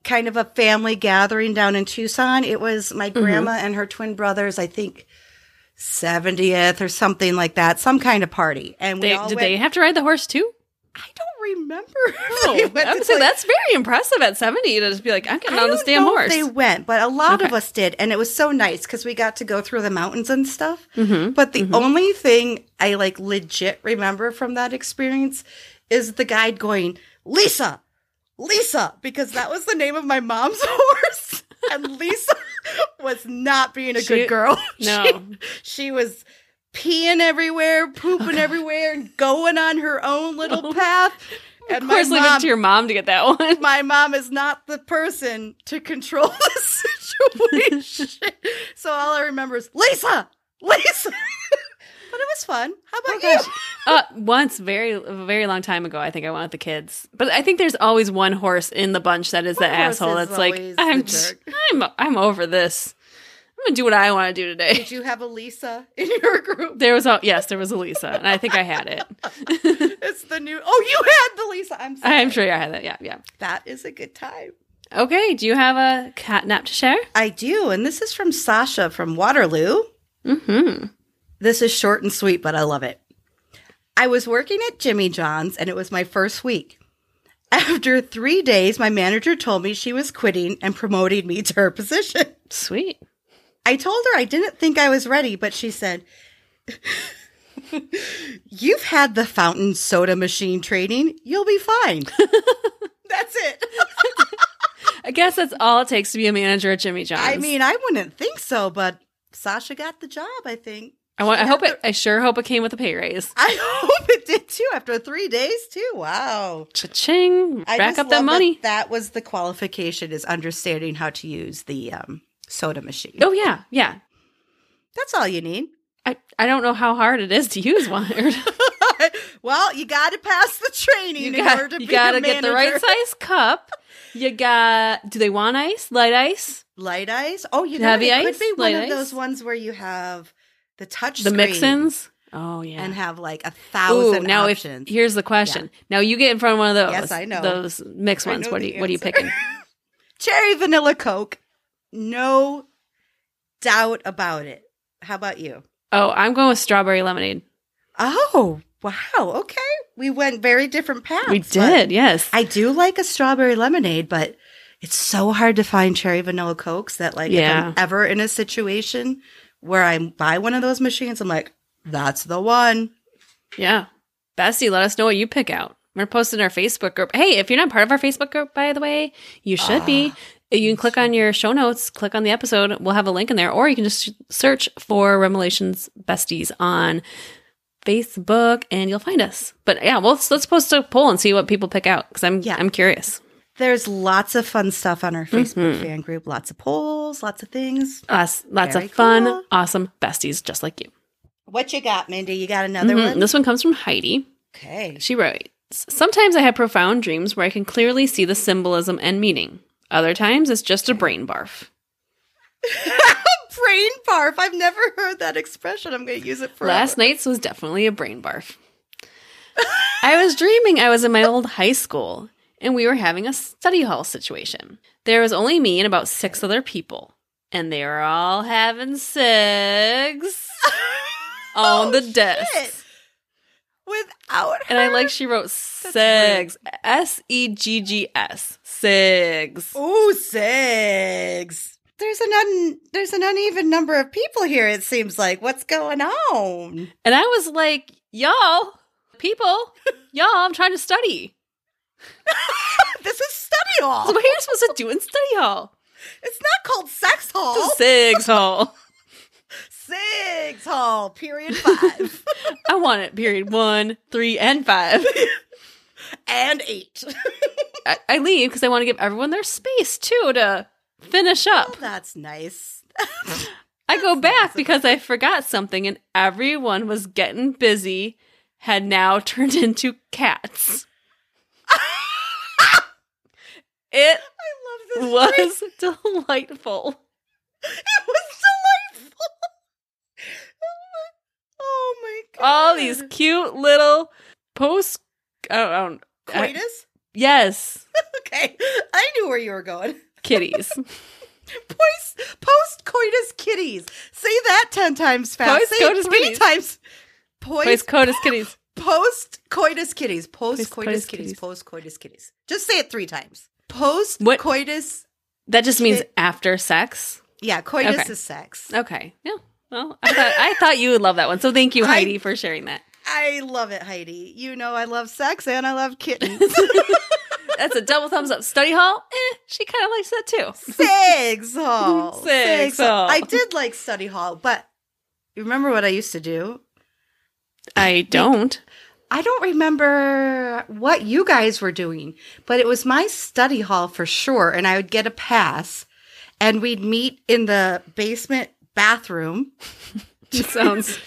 S3: kind of a family gathering down in Tucson. It was my
S1: Mm-hmm.
S3: grandma and her twin brothers, I think 70th or something like that, some kind of party. And we
S1: They,
S3: all
S1: did
S3: went,
S1: they have to ride the horse too?
S3: I don't remember.
S1: Oh,
S3: if they
S1: I
S3: went
S1: would
S3: to,
S1: say
S3: like-
S1: that's very impressive at 70 to just be like, I'm getting
S3: I
S1: on this
S3: don't
S1: damn
S3: know if
S1: horse.
S3: They went, but a lot of
S1: Okay.
S3: us did, and it was so nice because we got to go through the mountains and stuff.
S1: Mhm.
S3: But the only thing I like legit remember from that experience is the guide going, "Lisa, Lisa," because that was the name of my mom's horse, and Lisa was not being a
S1: She-
S3: good girl.
S1: No.
S3: she, she was. Peeing everywhere, pooping everywhere, and going on her own little path. And
S1: Of
S3: my
S1: course, leave
S3: mom
S1: it to your mom to get that one.
S3: my mom is not the person to control the situation. so all I remember is Lisa, Lisa. but it was fun. How about you?
S1: Uh, once, very, a very long time ago, I think I wanted the kids, but I think there's always one horse in the bunch that is the
S3: One horse
S1: asshole.
S3: is
S1: That's like,
S3: always the
S1: I'm, just,
S3: jerk."
S1: I'm, I'm over this. I'm gonna do what I want to do today.
S3: Did you have a Lisa in your group?
S1: There was a yes, there was a Lisa, and I think I had it.
S3: It's the new. Oh, you had the Lisa. I'm sorry.
S1: I'm sure I had it. Yeah, yeah.
S3: That is a good time.
S1: Okay, do you have a cat nap to share?
S3: I do, and this is from Sasha from Waterloo.
S1: Mm-hmm.
S3: This is short and sweet, but I love it. I was working at Jimmy John's and it was my first week. After three days, my manager told me she was quitting and promoting me to her position.
S1: Sweet.
S3: I told her I didn't think I was ready, but she said, You've had the fountain soda machine training. You'll be fine. That's it.
S1: I guess that's all it takes to be a manager at Jimmy John's.
S3: I mean, I wouldn't think so, but Sasha got the job, I think.
S1: I want.
S3: She
S1: I hope
S3: had
S1: it. I sure hope it came with a pay raise.
S3: I hope it did too after three days, too. Wow.
S1: Cha-ching!
S3: I
S1: Rack
S3: just
S1: up that
S3: love
S1: money.
S3: That was the qualification is understanding how to use the um, soda machine.
S1: Oh yeah, yeah.
S3: That's all you need.
S1: I, I don't know how hard it is to use one.
S3: well, you got to pass the training
S1: you
S3: in order
S1: got,
S3: to
S1: you
S3: be got
S1: gotta
S3: to
S1: get the right size cup. You got. Do they want ice? Light ice?
S3: Light ice. Oh, you know,
S1: Heavy
S3: it
S1: ice,
S3: could be one
S1: light
S3: of
S1: ice.
S3: those ones where you have the touch
S1: The
S3: screen
S1: mixins? Oh yeah.
S3: and have like a
S1: Ooh,
S3: thousand
S1: now
S3: options.
S1: if here's the question. Now you get in front of one of those.
S3: Yes, I know.
S1: those mix
S3: I
S1: ones.
S3: know
S1: What are
S3: the
S1: you What are you
S3: answer.
S1: picking?
S3: Cherry vanilla Coke, no doubt about it. How about you?
S1: Oh, I'm going with strawberry lemonade.
S3: Oh, wow. Okay. We went very different paths.
S1: we
S3: but-
S1: did. Yes.
S3: I do like a strawberry lemonade, but it's so hard to find cherry vanilla cokes that like if
S1: Yeah.
S3: I'm ever in a situation where I buy one of those machines, I'm like, that's the one.
S1: yeah. Bestie, let us know what you pick out. We're posting our Facebook group. Hey, if you're not part of our Facebook group, by the way, you should be.
S3: Ah,
S1: You can click on your show notes, click on the episode. We'll have a link in there, or you can just search for Remelations Besties on Facebook, and you'll find us. But yeah, well, let's, let's post a poll and see what people pick out because I'm
S3: Yeah.
S1: I'm curious.
S3: There's lots of fun stuff on our Facebook fan group, lots of polls, lots of things.
S1: Us, lots
S3: Very
S1: of fun,
S3: cool.
S1: awesome besties just like you.
S3: What you got, Mindy? You got another
S1: Mhm.
S3: one?
S1: This one comes from Heidi.
S3: Okay.
S1: She writes Sometimes I have profound dreams where I can clearly see the symbolism and meaning. Other times it's just a brain barf.
S3: Brain barf. I've never heard that expression. I'm going to use it for
S1: Last night's was definitely a brain barf. I was dreaming I was in my old high school and we were having a study hall situation. There was only me and about six other people, and they were all having sex on the desk.
S3: Oh, Without her.
S1: And I like she wrote segs. S E G G S. Segs.
S3: Ooh, six. There's an un, there's an uneven number of people here. It seems like what's going on?
S1: And I was like, y'all, people, y'all, I'm trying to study.
S3: this is study hall.
S1: That's what you're supposed to do in study hall.
S3: It's not called sex hall.
S1: It's a segs hall.
S3: Six hall. Period five
S1: I want it, period one, three, and five.
S3: and eight.
S1: I, I leave because I want to give everyone their space too to finish up.
S3: Oh, That's nice.
S1: I go back because I forgot something and everyone was getting busy, had now turned into cats. it
S3: I love this.
S1: was delightful.
S3: It was delightful. oh my god!
S1: All these uh, cute little post. I don't, I don't- I-
S3: coitus.
S1: yes,
S3: okay, I knew where you were going.
S1: kitties.
S3: Post post coitus kitties. Say that ten times fast. Say it
S1: Post-coitus
S3: three
S1: kitties.
S3: times.
S1: Post
S3: Post
S1: coitus kitties.
S3: post coitus kitties. Post coitus
S1: Post-coitus
S3: kitties.
S1: kitties.
S3: Post coitus kitties. Just say it three times. Post
S1: What-
S3: coitus.
S1: That just means
S3: Kit-
S1: after sex.
S3: Yeah, coitus
S1: Okay.
S3: is sex.
S1: Okay. Yeah. Well, I thought, I thought you would love that one. So thank you,
S3: I-
S1: Heidi, for sharing that.
S3: I love it, Heidi. You know I love sex and I love kittens.
S1: That's a double thumbs up. Study hall. Eh, she kind of likes that too.
S3: Sex hall.
S1: Sex hall.
S3: I did like study hall, but you remember what I used to do?
S1: I don't.
S3: I don't remember what you guys were doing, but it was my study hall for sure. And I would get a pass and we'd meet in the basement bathroom.
S1: It sounds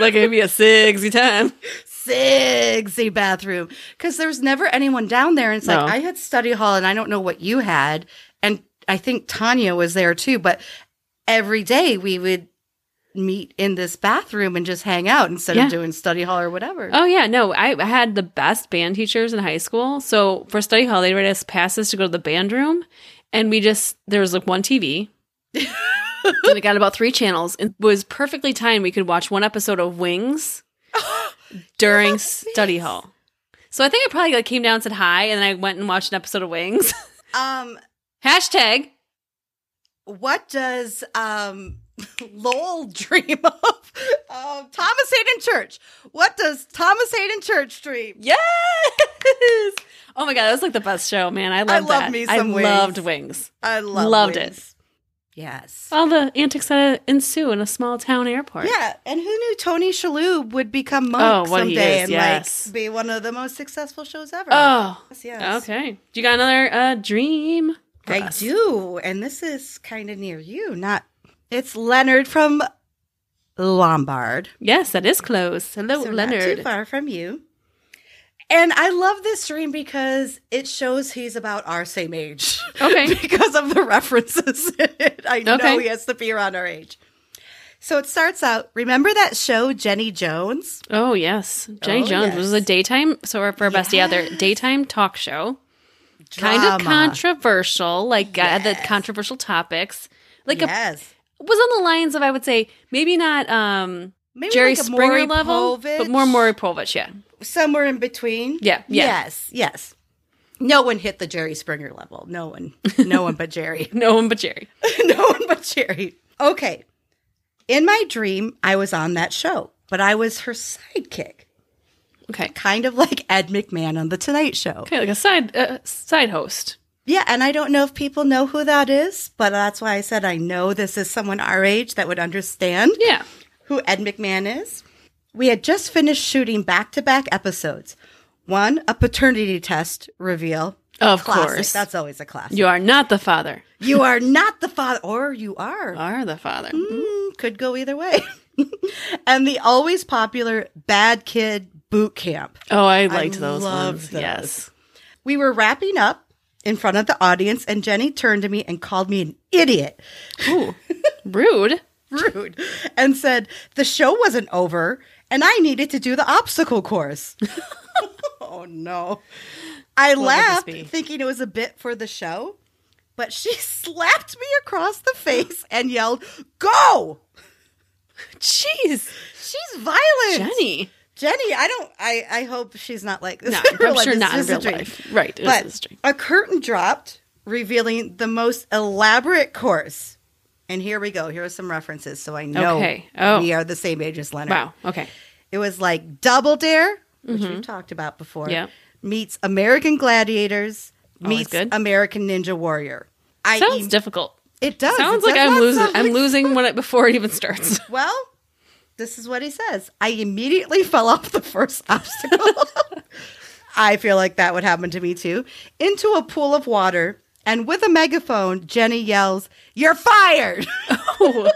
S1: like it'd be a sexy time.
S3: Sexy bathroom. Because there was never anyone down there. And it's
S1: No.
S3: like, I had study hall and I don't know what you had. And I think Tanya was there too. But every day we would meet in this bathroom and just hang out instead
S1: Yeah.
S3: of doing study hall or whatever.
S1: Oh yeah, no, I I had the best band teachers in high school. So for study hall, they would us passes to go to the band room, and we just there was like one TV. and it got about three channels. It was perfectly timed. We could watch one episode of Wings during study hall. So I think I probably like came down and said hi, and then I went and watched an episode of Wings.
S3: Um,
S1: Hashtag
S3: what does um Lowell dream of? Um, Thomas Hayden Church. What does Thomas Hayden Church dream?
S1: yes. Oh my god, that was like the best show, man. I loved
S3: love
S1: that.
S3: me
S1: I
S3: some Wings.
S1: loved Wings.
S3: I love
S1: Loved it.
S3: wings. Yes.
S1: All the antics that ensue in a small town airport.
S3: yeah, and who knew Tony Shalhoub would become
S1: Oh,
S3: monk
S1: what he
S3: someday
S1: is,
S3: and
S1: yes.
S3: like be one of the most successful shows ever?
S1: Oh.
S3: yes.
S1: Okay. Do you got another uh, dream? for
S3: I
S1: us?
S3: do, and this is kind of near you. Not it's Leonard from Lombard.
S1: Yes, that is close. Hello,
S3: so Not too
S1: Oh, Leonard.
S3: far from you. And I love this dream because it shows he's about our same age.
S1: Okay.
S3: because of the references in it. I
S1: Okay.
S3: know he has to be around our age. So it starts out, remember that show, Jenny Jones?
S1: Oh yes, Jenny
S3: Oh,
S1: Jones which was a
S3: yes.
S1: daytime. So our- for our bestie out there, daytime talk show, kind of
S3: Drama.
S1: controversial, like uh, the controversial topics, like
S3: yes.
S1: a, was on the lines of I would say maybe not um
S3: Maybe
S1: Jerry
S3: like a
S1: Springer
S3: Maury
S1: level, but
S3: Povich,
S1: more Maury Povich. Yeah,
S3: Somewhere in between.
S1: Yeah, yeah.
S3: Yes. Yes. No one hit the Jerry Springer level. No one. No one but Jerry.
S1: no one but Jerry.
S3: no one but Jerry. Okay. In my dream, I was on that show, but I was her sidekick,
S1: Okay,
S3: kind of like Ed McMahon on The Tonight Show.
S1: okay, like a side uh, side host.
S3: Yeah, and I don't know if people know who that is, but that's why I said I know this is someone our age that would understand
S1: Yeah.
S3: who Ed McMahon is. We had just finished shooting back to back episodes. One, a paternity test reveal.
S1: Of
S3: Classic.
S1: course.
S3: That's always a classic.
S1: You are not the father.
S3: you are not the father, or you are.
S1: Are the father.
S3: Mm, could go either way. and the always popular Bad Kid Boot Camp.
S1: Oh, I liked those
S3: loved
S1: ones.
S3: those.
S1: Yes.
S3: We were wrapping up in front of the audience, and Jenny turned to me and called me an idiot,
S1: Ooh, rude.
S3: rude, and said, The show wasn't over, and I needed to do the obstacle course. oh, no. I
S1: this
S3: laughed,
S1: be?
S3: thinking it was a bit for the show, but she slapped me across the face and yelled, Go!
S1: Jeez,
S3: She's violent.
S1: Jenny.
S3: Jenny, I don't. I I hope she's not like this.
S1: No,
S3: in real
S1: I'm
S3: life.
S1: sure
S3: It's
S1: not in
S3: just a
S1: real
S3: dream.
S1: life. Right, it was
S3: But
S1: just a dream.
S3: a curtain dropped, revealing the most elaborate course. And here we go. Here are some references, so I know
S1: Okay. Oh.
S3: we are the same age as Leonard.
S1: Wow. Mm-hmm. Okay.
S3: It was like Double Dare, which we've talked about before.
S1: Yep.
S3: Meets American Gladiators.
S1: Always
S3: meets
S1: good.
S3: American Ninja Warrior. I
S1: Sounds
S3: em-
S1: difficult.
S3: It does. It
S1: Sounds like
S3: does
S1: I'm
S3: not
S1: losing.
S3: sound
S1: I'm
S3: like-
S1: losing when it before it even starts.
S3: Well, this is what he says. I immediately fell off the first obstacle. I feel like that would happen to me too. Into a pool of water, and with a megaphone, Jenny yells, You're fired.
S1: Oh,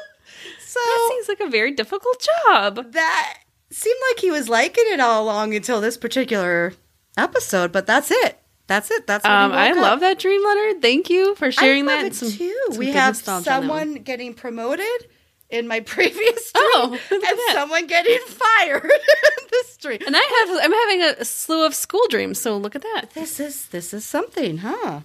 S3: so
S1: that seems like a very difficult job.
S3: that seemed like he was liking it all along until this particular episode, but that's it. That's it. That's what he
S1: Um, I
S3: woke up.
S1: love that dream, Leonard. Thank you for sharing
S3: I love
S1: that.
S3: It
S1: and some-
S3: too.
S1: some
S3: we
S1: good
S3: have
S1: nostalgia on that one.
S3: someone getting promoted in my previous dream,
S1: Oh, look at
S3: and
S1: that.
S3: someone getting fired in this dream.
S1: And I have. I'm having a slew of school dreams. So look at that.
S3: This is this is something, huh?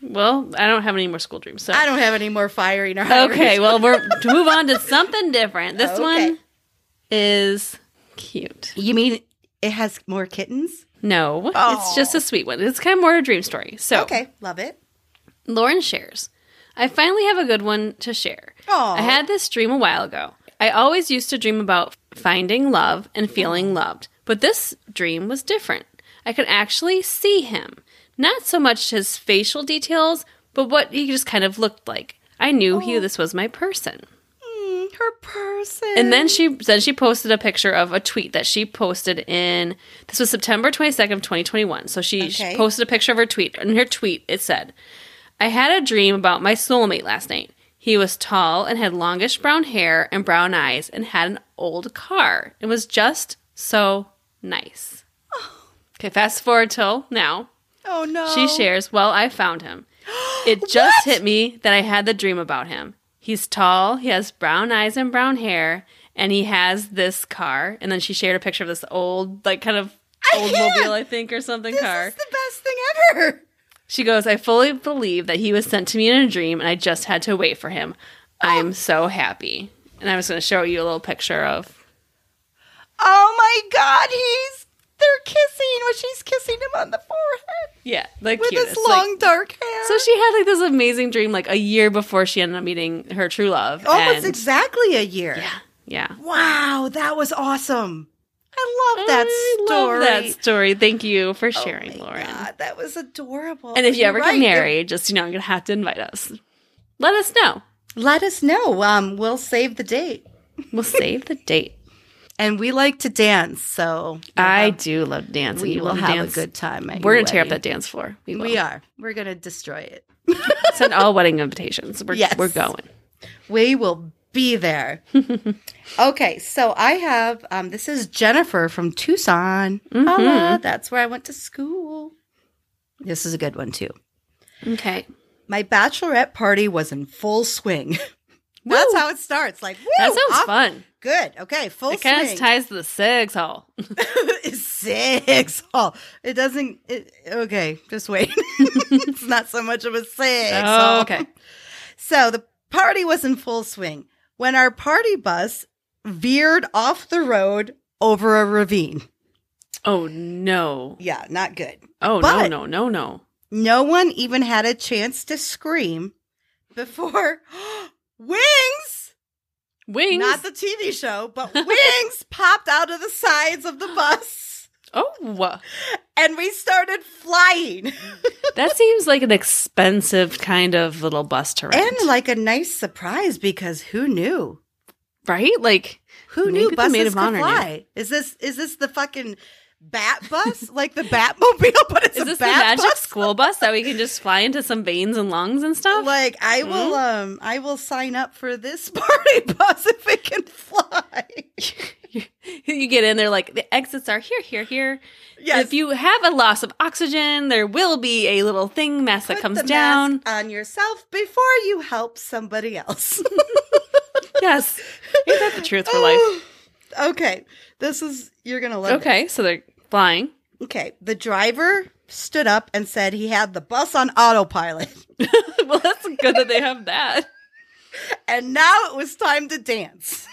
S1: Well, I don't have any more school dreams. So
S3: I don't have any more firing or hiring.
S1: okay. Well, we're to move on to something different. This
S3: Okay.
S1: one is cute.
S3: You mean it has more kittens?
S1: No, it's just a sweet one. It's kind of more a dream story. So
S3: Oh. Okay, love it.
S1: Lauren shares. I finally have a good one to share.
S3: Aw.
S1: I had this dream a while ago. I always used to dream about finding love and
S3: Mm.
S1: feeling loved, but this dream was different. I could actually see him. Not so much his facial details, but what he just kind of looked like. I knew
S3: Oh.
S1: he this was my person.
S3: Mm, her person.
S1: And then she then she posted a picture of a tweet that she posted in this was September 22nd of 2021. So she, she
S3: Okay.
S1: posted a picture of her tweet. In her tweet it said, "I had a dream about my soulmate last night. He was tall and had longish brown hair and brown eyes and had an old car. It was just so nice." Okay, fast forward till now.
S3: oh no,
S1: She shares, Well, I found him. It just hit me that I had the dream about him. He's tall, he has brown eyes and brown hair, and he has this car. And then she shared a picture of this old, like, kind of
S3: I
S1: old
S3: can't.
S1: mobile, I think, or something
S3: This
S1: car.
S3: is the best thing ever.
S1: She goes, I fully believe that he was sent to me in a dream, and I just had to wait for him.
S3: Oh.
S1: I'm so happy. And I was going to show you a little picture of.
S3: Oh my god, he's they're kissing when she's kissing him on the forehead
S1: Yeah, the
S3: with
S1: cutest.
S3: his
S1: like-
S3: long dark hair.
S1: so she had like this amazing dream like a year before she ended up meeting her true love.
S3: almost
S1: and-
S3: exactly a year.
S1: Yeah, yeah.
S3: Wow, that was awesome. I love that
S1: I
S3: story.
S1: Love that story. Thank you for
S3: Oh
S1: sharing,
S3: my
S1: Lauren.
S3: God, that was adorable.
S1: And if you
S3: You're
S1: ever get
S3: right, it-
S1: married, just you know, you're gonna have to invite us. Let us know.
S3: let us know. Um, we'll save the date.
S1: We'll save the date.
S3: And we like to dance, so
S1: I do love dance. and
S3: we
S1: you
S3: will
S1: love
S3: have
S1: dance.
S3: a good time. at
S1: We're
S3: your
S1: gonna tear up that
S3: wedding.
S1: dance floor. We, will.
S3: We are. We're gonna destroy it.
S1: send all wedding invitations. We're
S3: Yes.
S1: we're going.
S3: We will be there. okay, so I have um, this is Jennifer from Tucson.
S1: Mm-hmm.
S3: Holla, that's where I went to school. This is a good one too.
S1: Okay,
S3: My bachelorette party was in full swing. That's how it starts. Like, woo,
S1: that sounds
S3: off-
S1: fun.
S3: Good. Okay, full
S1: It kind
S3: swing.
S1: of ties to the sex hall.
S3: six. Oh, it doesn't. It, okay, just wait. it's not so much of a six.
S1: Oh, okay.
S3: So the party was in full swing when our party bus veered off the road over a ravine.
S1: Oh no.
S3: Yeah, not good.
S1: Oh
S3: But-
S1: no no no no.
S3: No one even had a chance to scream before wings,
S1: Wings.
S3: not the TV show, but wings popped out of the sides of the bus
S1: oh,
S3: and we started flying.
S1: that seems like an expensive kind of little bus to rent,
S3: And like a nice surprise because who knew?
S1: right? Like
S3: Who
S1: Maybe
S3: knew
S1: the
S3: buses
S1: maid
S3: could
S1: of honor knew.
S3: fly? Is this is this the fucking bat bus, like the Batmobile, but it's
S1: Is
S3: a
S1: this the
S3: bat
S1: magic
S3: bus.
S1: school bus that we can just fly into some veins and lungs and stuff? Hmm?
S3: Like I will, um, I will sign up for this party bus if it can fly.
S1: you get in there like the exits are here, here, here.
S3: Yes.
S1: If you have a loss of oxygen, there will be a little thing mass that
S3: Put
S1: comes
S3: the
S1: down.
S3: mask on yourself before you help somebody else.
S1: Yes. Ain't that the truth for life?
S3: okay, this is you're gonna love. it.
S1: Okay, so they're flying.
S3: Okay, the driver stood up and said he had the bus on autopilot,
S1: well, that's good that they have that.
S3: and now it was time to dance.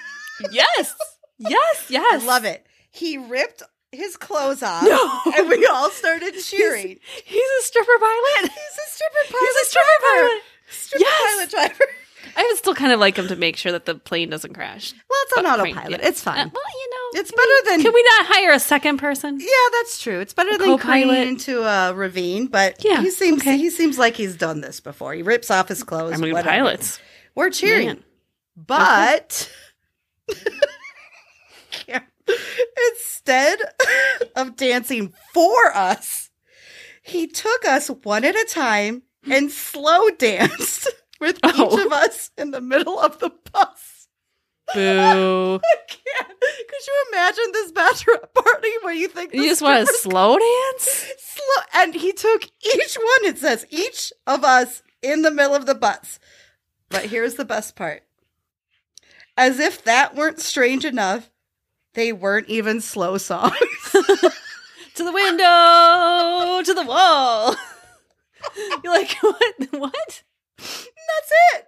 S1: Yes. Yes, yes.
S3: I love it. He ripped his clothes off,
S1: No.
S3: and we all started cheering.
S1: He's a stripper pilot.
S3: He's a stripper pilot.
S1: He's a stripper pilot.
S3: Stripper
S1: Yes.
S3: pilot driver.
S1: I would still kind of like him to make sure that the plane doesn't crash.
S3: Well, it's on
S1: But, I mean,
S3: autopilot.
S1: yeah.
S3: It's fine.
S1: Uh, well, you know,
S3: it's better than.
S1: can we not hire a second person?
S3: yeah, that's true. It's better than
S1: co-pilot.
S3: careening into a ravine, but
S1: Yeah,
S3: he seems
S1: okay.
S3: he seems like he's done this before. He rips off his clothes.
S1: I mean,
S3: whatever.
S1: pilots.
S3: We're cheering,
S1: Man.
S3: but Yeah. instead of dancing for us, he took us one at a time and slow danced with
S1: Oh.
S3: each of us in the middle of the bus.
S1: Boo.
S3: I can't. Could you imagine this bachelorette party where you think
S1: you
S3: this
S1: just want a slow dance?
S3: slow? And he took each one. It says each of us in the middle of the bus. But here's the best part. As if that weren't strange enough, they weren't even slow songs.
S1: To the window, to the wall. You're like, what? What?
S3: That's it.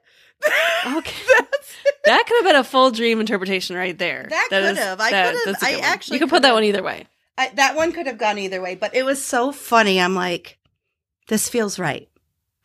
S1: Okay.
S3: That's it.
S1: That could have been a full dream interpretation right there.
S3: That
S1: is-
S3: could have. I could have-
S1: that's a
S3: I
S1: good one.
S3: actually
S1: You could
S3: could
S1: put that
S3: have.
S1: one either way.
S3: I, that one could have gone either way, but it was so funny. I'm like, this feels right.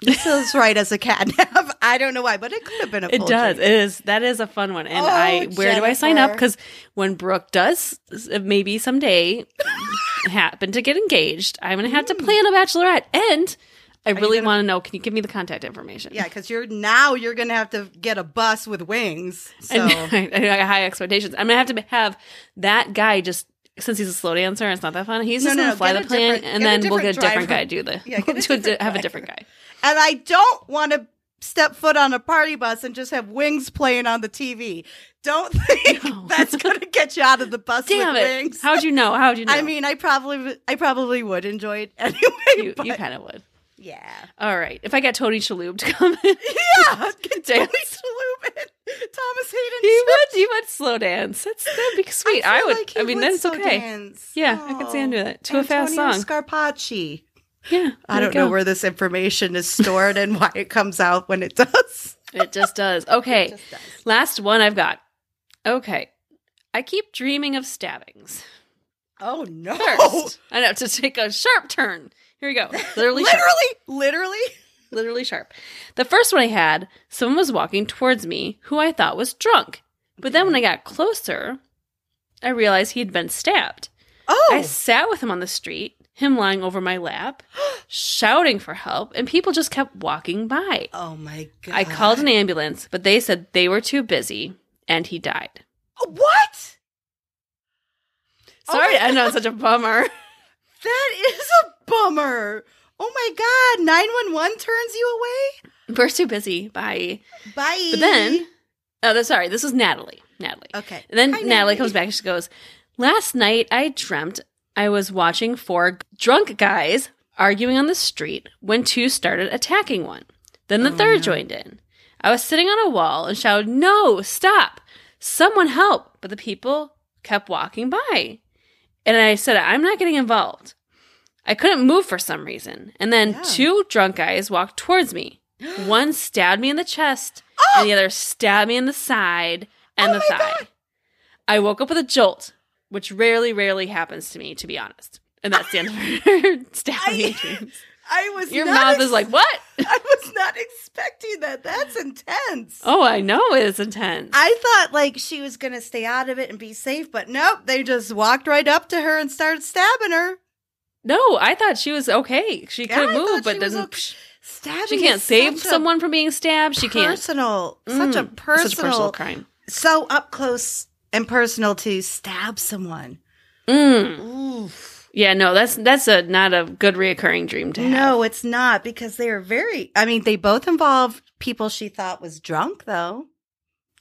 S3: This feels right as a catnap. I don't know why, but it could have been a.
S1: It
S3: full
S1: does.
S3: dream.
S1: It is. That is a fun one. And
S3: Oh,
S1: I, where do I sign up?
S3: Jennifer.
S1: Because when Brooke does s- uh, maybe someday happen to get engaged, I'm going to have to plan a bachelorette. And I really want to know can Mm. you give me the contact information?
S3: Yeah, because you're now you're gonna have to get a bus with wings. So
S1: And I got high expectations. I'm going to have to have that guy just. Since he's a slow dancer, and it's not that fun. He's
S3: No,
S1: just
S3: no,
S1: gonna
S3: no.
S1: fly
S3: Get
S1: the
S3: a
S1: plane,
S3: different-
S1: and
S3: get a
S1: then we'll get a
S3: different
S1: different
S3: driver.
S1: guy do the.
S3: Yeah, get a
S1: to di-
S3: different
S1: have a
S3: driver.
S1: different guy.
S3: and I don't want to step foot on a party bus and just have wings playing on the TV. Don't think
S1: No.
S3: that's gonna get you out of the bus
S1: Damn
S3: with
S1: it!
S3: wings.
S1: How'd you know? How'd you know?
S3: I mean, I probably w- I probably would enjoy it anyway.
S1: you,
S3: but
S1: you kind of would.
S3: yeah.
S1: All right. If I got Tony Shalhoub to come in,
S3: Yeah, get Tony
S1: dance.
S3: Shalhoub and Thomas Hayden.
S1: he would. He would slow dance. That's that'd be sweet. I,
S3: feel
S1: would.
S3: like he
S1: I mean,
S3: would
S1: that's
S3: slow
S1: okay.
S3: dance.
S1: Yeah, I could see him do
S3: Oh,
S1: that to a fast
S3: Antonio
S1: song.
S3: Scarpacci.
S1: Yeah,
S3: I
S1: there
S3: don't
S1: you
S3: know
S1: go.
S3: where this information is stored and why it comes out when it does.
S1: it just does. Okay, last one I've got. Okay, I keep dreaming of stabbings.
S3: Oh no!
S1: First, I know to take a sharp turn. Here we go. Literally, sharp.
S3: Oh. literally, literally.
S1: literally sharp. The first one I had, someone was walking towards me who I thought was drunk. But then when I got closer, I realized he had been stabbed.
S3: Oh,
S1: I sat with him on the street, him lying over my lap, shouting for help, and people just kept walking by.
S3: oh my god!
S1: I called an ambulance, but they said they were too busy and he died.
S3: What? Oh
S1: Sorry
S3: my
S1: to end on such a bummer.
S3: That is a bummer. Oh my god! Nine one one turns you away.
S1: We're too busy. Bye.
S3: Bye.
S1: But then, oh, that's- sorry, this was Natalie. Natalie.
S3: okay.
S1: And then
S3: Hi,
S1: Natalie, comes back and she goes, Last night I dreamt I was watching four g- drunk guys arguing on the street when two started attacking one. Then
S3: Oh,
S1: the third joined in. I was sitting on a wall and shouted, No, stop! Someone help! But the people kept walking by. And I said, I'm not getting involved. I couldn't move for some reason. And then
S3: Yeah.
S1: two drunk guys walked towards me. One stabbed me in the chest, and the other stabbed me in the side and
S3: Oh
S1: the
S3: my
S1: thigh. I woke up with a jolt, which rarely, rarely happens to me, to be honest. And that stands for stabbing
S3: I-
S1: dreams.
S3: I was.
S1: Your
S3: not
S1: mouth
S3: ex-
S1: is like, what?
S3: I was not expecting that. That's intense.
S1: Oh, I know it's intense.
S3: I thought like she was gonna stay out of it and be safe, but nope. They just walked right up to her and started stabbing her.
S1: no, I thought she was okay. She
S3: Yeah,
S1: couldn't
S3: I
S1: move,
S3: thought
S1: but
S3: she was
S1: doesn't.
S3: okay. Stabbing.
S1: She can't
S3: is
S1: save
S3: such a
S1: someone from being stabbed. She can't.
S3: Personal.
S1: Mm,
S3: Such a personal.
S1: Such a personal crime.
S3: So up close and personal to stab someone.
S1: Mm.
S3: Oof.
S1: Yeah, no, that's that's a not a good reoccurring dream to have.
S3: No, it's not because they are very. I mean, they both involved people she thought was drunk, though.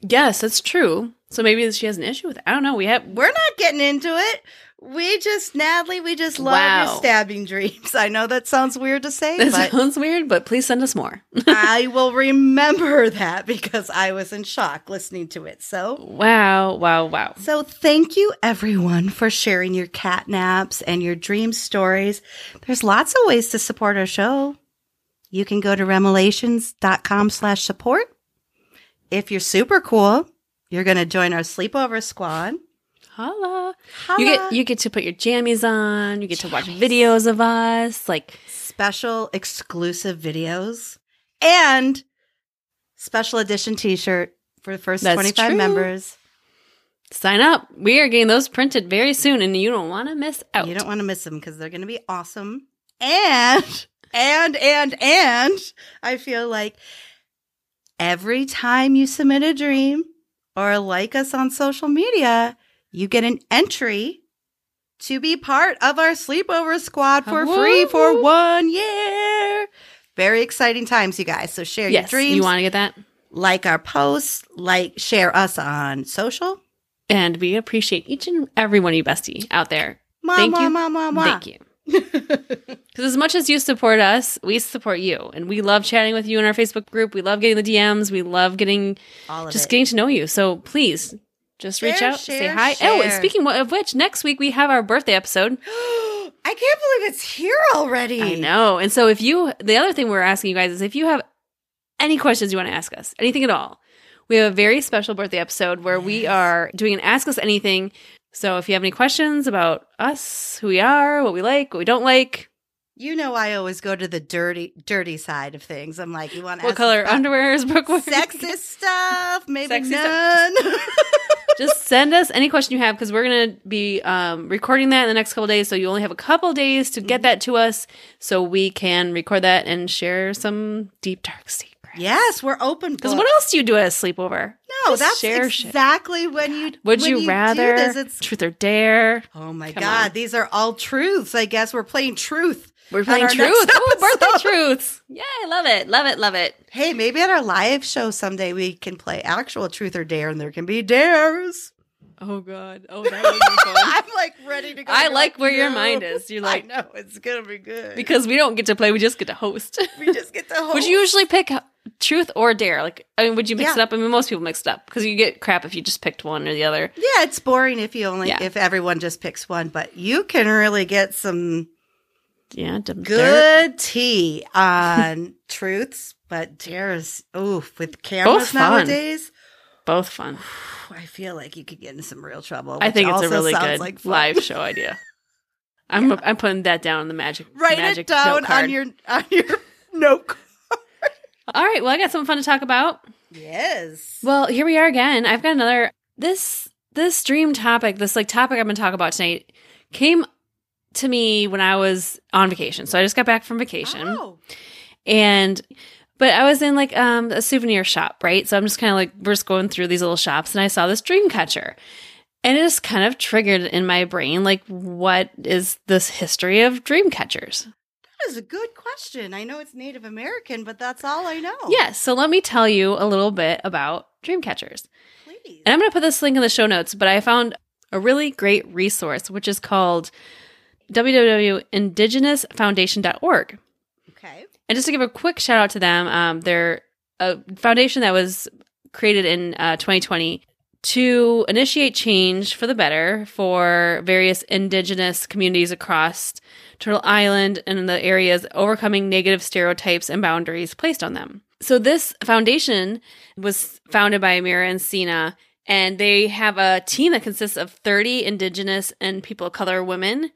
S1: Yes, that's true. So maybe she has an issue with it. I don't know. We have
S3: We're not getting into it. We just, Natalie, we just love
S1: Wow.
S3: your stabbing dreams. I know that sounds weird to say,
S1: that
S3: but
S1: sounds weird, but please send us more.
S3: I will remember that because I was in shock listening to it. So,
S1: wow, wow, wow.
S3: so thank you everyone for sharing your cat naps and your dream stories. There's lots of ways to support our show. You can go to remelations.com slash support. If you're super cool, you're going to join our sleepover squad.
S1: Holla. You get you get to put your jammies on. You get to watch videos of us. Like
S3: special exclusive videos and special edition t-shirt for the first
S1: That's
S3: 25
S1: true.
S3: members.
S1: sign up. We are getting those printed very soon, and you don't want to miss out.
S3: You don't want to miss them because they're going to be awesome. And and and and I feel like every time you submit a dream or like us on social media, you get an entry to be part of our sleepover squad for free for
S1: Woo!
S3: one year. Very exciting times, you guys. So share
S1: yes,
S3: your dreams.
S1: you want to get that,
S3: like our posts, like share us on social.
S1: and we appreciate each and every one of you, bestie, out there.
S3: Mwah,
S1: Thank
S3: mwah,
S1: you.
S3: Mwah, mwah, mwah.
S1: Thank you. Because as much as you support us, we support you, and we love chatting with you in our Facebook group. We love getting the DMs. We love getting
S3: All of
S1: just
S3: it.
S1: getting to know you. So please, just reach
S3: Share,
S1: out, say
S3: share,
S1: hi. Oh, and
S3: share.
S1: speaking of which, next week we have our birthday episode.
S3: I can't believe it's here already.
S1: I know. And so if you, the other thing we're asking you guys is if you have any questions you want to ask us, anything at all, we have a very special birthday episode where we are doing an Ask Us Anything. So if you have any questions about us, who we are, what we like, what we don't like,
S3: You know, I always go to the dirty, dirty side of things. I'm like, you want to
S1: what color underwear is Brooke wearing?
S3: Sexist stuff, maybe
S1: Sexy stuff.
S3: none.
S1: Just send us any question you have because we're going to be um, recording that in the next couple days. So you only have a couple days to get that to us so we can record that and share some deep, dark secrets.
S3: yes, we're open.
S1: Because
S3: book.
S1: what else do you do at a sleepover?
S3: No,
S1: Just
S3: that's
S1: share shit.
S3: exactly when you
S1: Would
S3: when
S1: you,
S3: do
S1: rather
S3: this, it's-
S1: truth or dare?
S3: oh my
S1: Come
S3: god,
S1: on.
S3: these are all truths. I guess we're playing truth.
S1: We're
S3: on
S1: playing
S3: our
S1: truth.
S3: next
S1: Oh, birthday
S3: episode.
S1: truths. Yeah, I love it. Love it. Love it.
S3: Hey, maybe at our live show someday we can play actual truth or dare, and there can be dares.
S1: Oh God. Oh, that would be fun.
S3: I'm like ready to go.
S1: I
S3: You're
S1: like where your mind is. You're like-
S3: I know it's gonna be good
S1: because we don't get to play, we just get to host.
S3: we just get to.
S1: would
S3: host.
S1: you usually pick truth or dare? Like, I mean, would you mix
S3: Oh. Yeah.
S1: it up? I mean, most people mix it up because you get crap if you just picked one or the other.
S3: Yeah, it's boring if you only
S1: Yeah.
S3: if everyone just picks one, but you can really get some
S1: Yeah, dumb dare.
S3: good tea on truths. But dares, oof, with cameras
S1: Both fun.
S3: nowadays,
S1: Both fun.
S3: I feel like you could get into some real trouble.
S1: I
S3: which
S1: think it's a
S3: also
S1: really
S3: sounds
S1: good
S3: like fun.
S1: live show idea. I'm I'm putting that down on the magic.
S3: Write
S1: magic
S3: it down
S1: note
S3: on
S1: card.
S3: your on your note. card.
S1: All right. Well, I got something fun to talk about.
S3: Yes.
S1: Well, here we are again. I've got another this this dream topic, this like topic I'm going to talk about tonight came to me when I was on vacation. So I just got back from vacation
S3: Oh.
S1: and but I was in like um a souvenir shop, right? So I'm just kind of like we're just going through these little shops and I saw this dream catcher. And it just kind of triggered in my brain like what is this history of dream catchers?
S3: That is a good question. I know it's Native American, but that's all I know.
S1: Yes, so let me tell you a little bit about dream catchers.
S3: Please.
S1: And I'm going to put this link in the show notes, but I found a really great resource, which is called www.indigenousfoundation.org.
S3: okay.
S1: And just to give a quick shout out to them, um, they're a foundation that was created in uh, 2020 to initiate change for the better for various indigenous communities across Turtle Island and the areas overcoming negative stereotypes and boundaries placed on them. So this foundation was founded by Amira and Sina, and they have a team that consists of 30 indigenous and people of color women,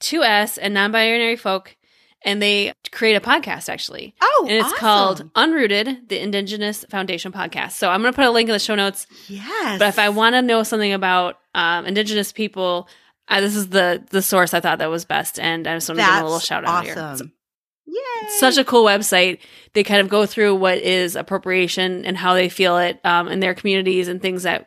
S1: 2S and non-binary folk, and they create a podcast actually.
S3: Oh,
S1: And it's
S3: awesome.
S1: called Unrooted, the Indigenous Foundation Podcast. So I'm going to put a link in the show notes
S3: Yes.
S1: but if I want to know something about um, Indigenous people, uh, this is the the source I thought that was best, and I just want to give them a little shout out here. It's
S3: awesome. Yay.
S1: Such a cool website. They kind of go through what is appropriation and how they feel it um, in their communities and things that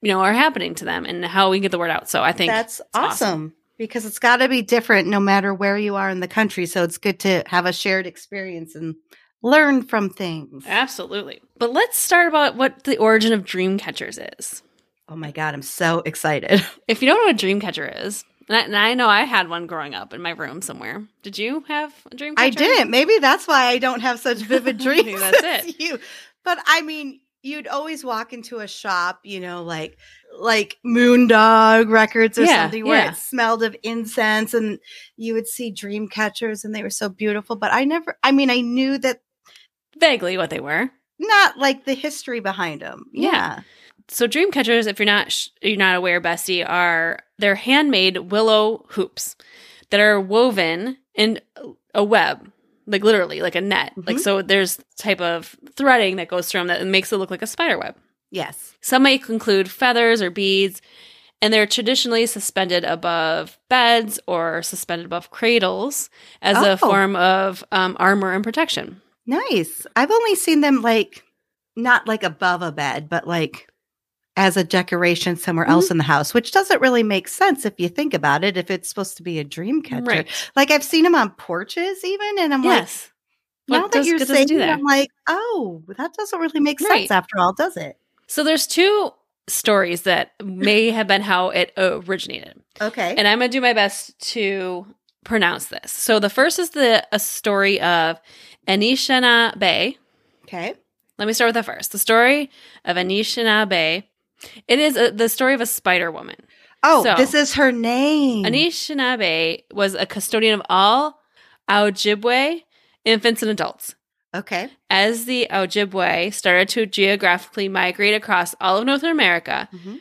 S1: you know are happening to them and how we can get the word out. So I think
S3: that's
S1: awesome.
S3: awesome. because it's got to be different no matter where you are in the country. So it's good to have a shared experience and learn from things.
S1: Absolutely. But let's start about what the origin of Dreamcatchers is.
S3: Oh my God, I'm so excited.
S1: If you don't know what a Dreamcatcher is, and I, and I know I had one growing up in my room somewhere. Did you have a Dreamcatcher?
S3: I didn't. Maybe that's why I don't have such vivid dreams.
S1: Maybe that's
S3: as
S1: it.
S3: You. But I mean, you'd always walk into a shop, you know, like like Moondog Records or
S1: Yeah,
S3: something where
S1: yeah.
S3: it smelled of incense and you would see dream catchers and they were so beautiful, but I never I mean, I knew that
S1: Vaguely what they were.
S3: not like the history behind them.
S1: Yeah.
S3: Yeah.
S1: So Dreamcatchers, if you're not sh- you're not aware, Bestie, are they're handmade willow hoops that are woven in a web, like literally like a net. Like
S3: Mhm.
S1: so, there's type of threading that goes through them that makes it look like a spider web.
S3: Yes.
S1: Some may include feathers or beads, and they're traditionally suspended above beds or suspended above cradles as
S3: Oh.
S1: a form of um, armor and protection.
S3: Nice. I've only seen them like not like above a bed, but like as a decoration somewhere
S1: Mm-hmm.
S3: else in the house, which doesn't really make sense if you think about it. If it's supposed to be a dream catcher,
S1: Right.
S3: like I've seen them on porches even, and I'm like,
S1: Yes. What
S3: now that
S1: does-
S3: you're
S1: good does it
S3: saying
S1: do
S3: it,
S1: there?
S3: I'm like, oh, that doesn't really make sense
S1: Right.
S3: after all, does it?
S1: So there's two stories that may have been how it originated.
S3: Okay.
S1: And I'm going to do my best to pronounce this. So the first is the a story of Anishinaabe.
S3: okay.
S1: Let me start with the first. The story of Anishinaabe. It is a, the story of a spider woman.
S3: Oh,
S1: So-
S3: this is her name.
S1: Mm-hmm. Anishinaabe was a custodian of all Ojibwe infants and adults.
S3: Okay.
S1: As the Ojibwe started to geographically migrate across all of North America,
S3: Mhm.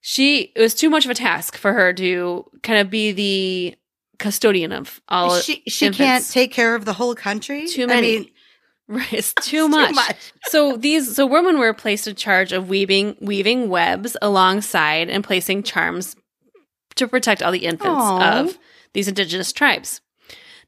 S1: she it was too much of a task for her to kind of be the custodian of all
S3: she she can't
S1: infants.
S3: take care of the whole country.
S1: too
S3: I
S1: many.
S3: mean,
S1: right, it's
S3: too
S1: too much.
S3: much.
S1: so these so women were placed in charge of weaving weaving webs alongside and placing charms to protect all the infants
S3: Aw.
S1: of these indigenous tribes.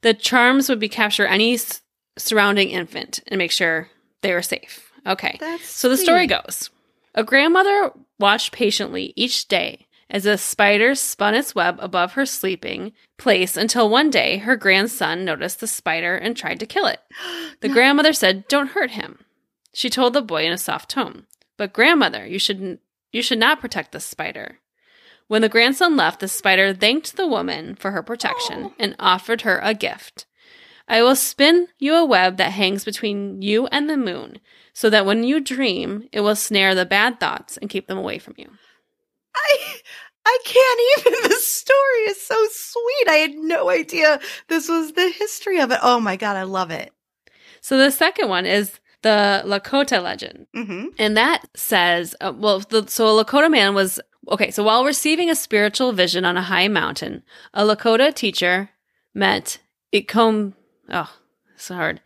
S1: The charms would be capture any s- surrounding infant and make sure they were safe. Okay.
S3: That's
S1: So the story
S3: sweet.
S1: goes A grandmother watched patiently each day as a spider spun its web above her sleeping place until one day her grandson noticed the spider and tried to kill it. The grandmother said, "Don't hurt him." She told the boy in a soft tone, "But grandmother, you should you should not protect the spider." When the grandson left, the spider thanked the woman for her protection
S3: Oh.
S1: and offered her a gift. I will spin you a web that hangs between you and the moon, so that when you dream, it will snare the bad thoughts and keep them away from you.
S3: I I can't even. This story is so sweet. I had no idea this was the history of it. Oh my god, I love it.
S1: So the second one is the Lakota legend.
S3: Mm-hmm.
S1: And that says, uh, well, the, so a Lakota man was, okay, so while receiving a spiritual vision on a high mountain, a Lakota teacher met Ikom, oh, it's hard,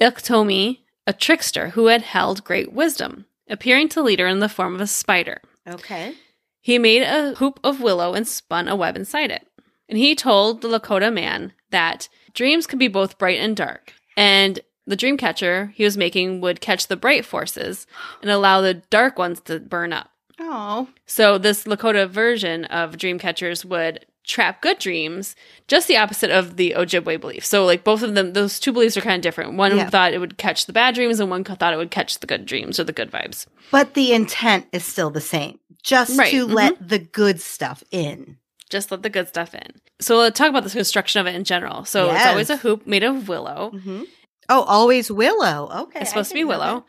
S1: Iktomi, a trickster who had held great wisdom, appearing to leader in the form of a spider.
S3: Okay.
S1: He made a hoop of willow and spun a web inside it. And he told the Lakota man that dreams can be both bright and dark. And the dream catcher he was making would catch the bright forces and allow the dark ones to burn up.
S3: Oh,
S1: So this Lakota version of dream catchers would trap good dreams, just the opposite of the Ojibwe belief. So like both of them, those two beliefs are kind of different. One
S3: Yeah.
S1: thought it would catch the bad dreams, and one thought it would catch the good dreams or the good vibes.
S3: but the intent is still the same. Just
S1: Right,
S3: to
S1: mhm.
S3: let the good stuff in.
S1: just let the good stuff in. So let's talk about the construction of it in general. So it's
S3: Yes.
S1: always a hoop made of willow.
S3: Mm-hmm. Oh, always willow. Okay,
S1: It's
S3: I
S1: supposed to be
S3: didn't know
S1: willow.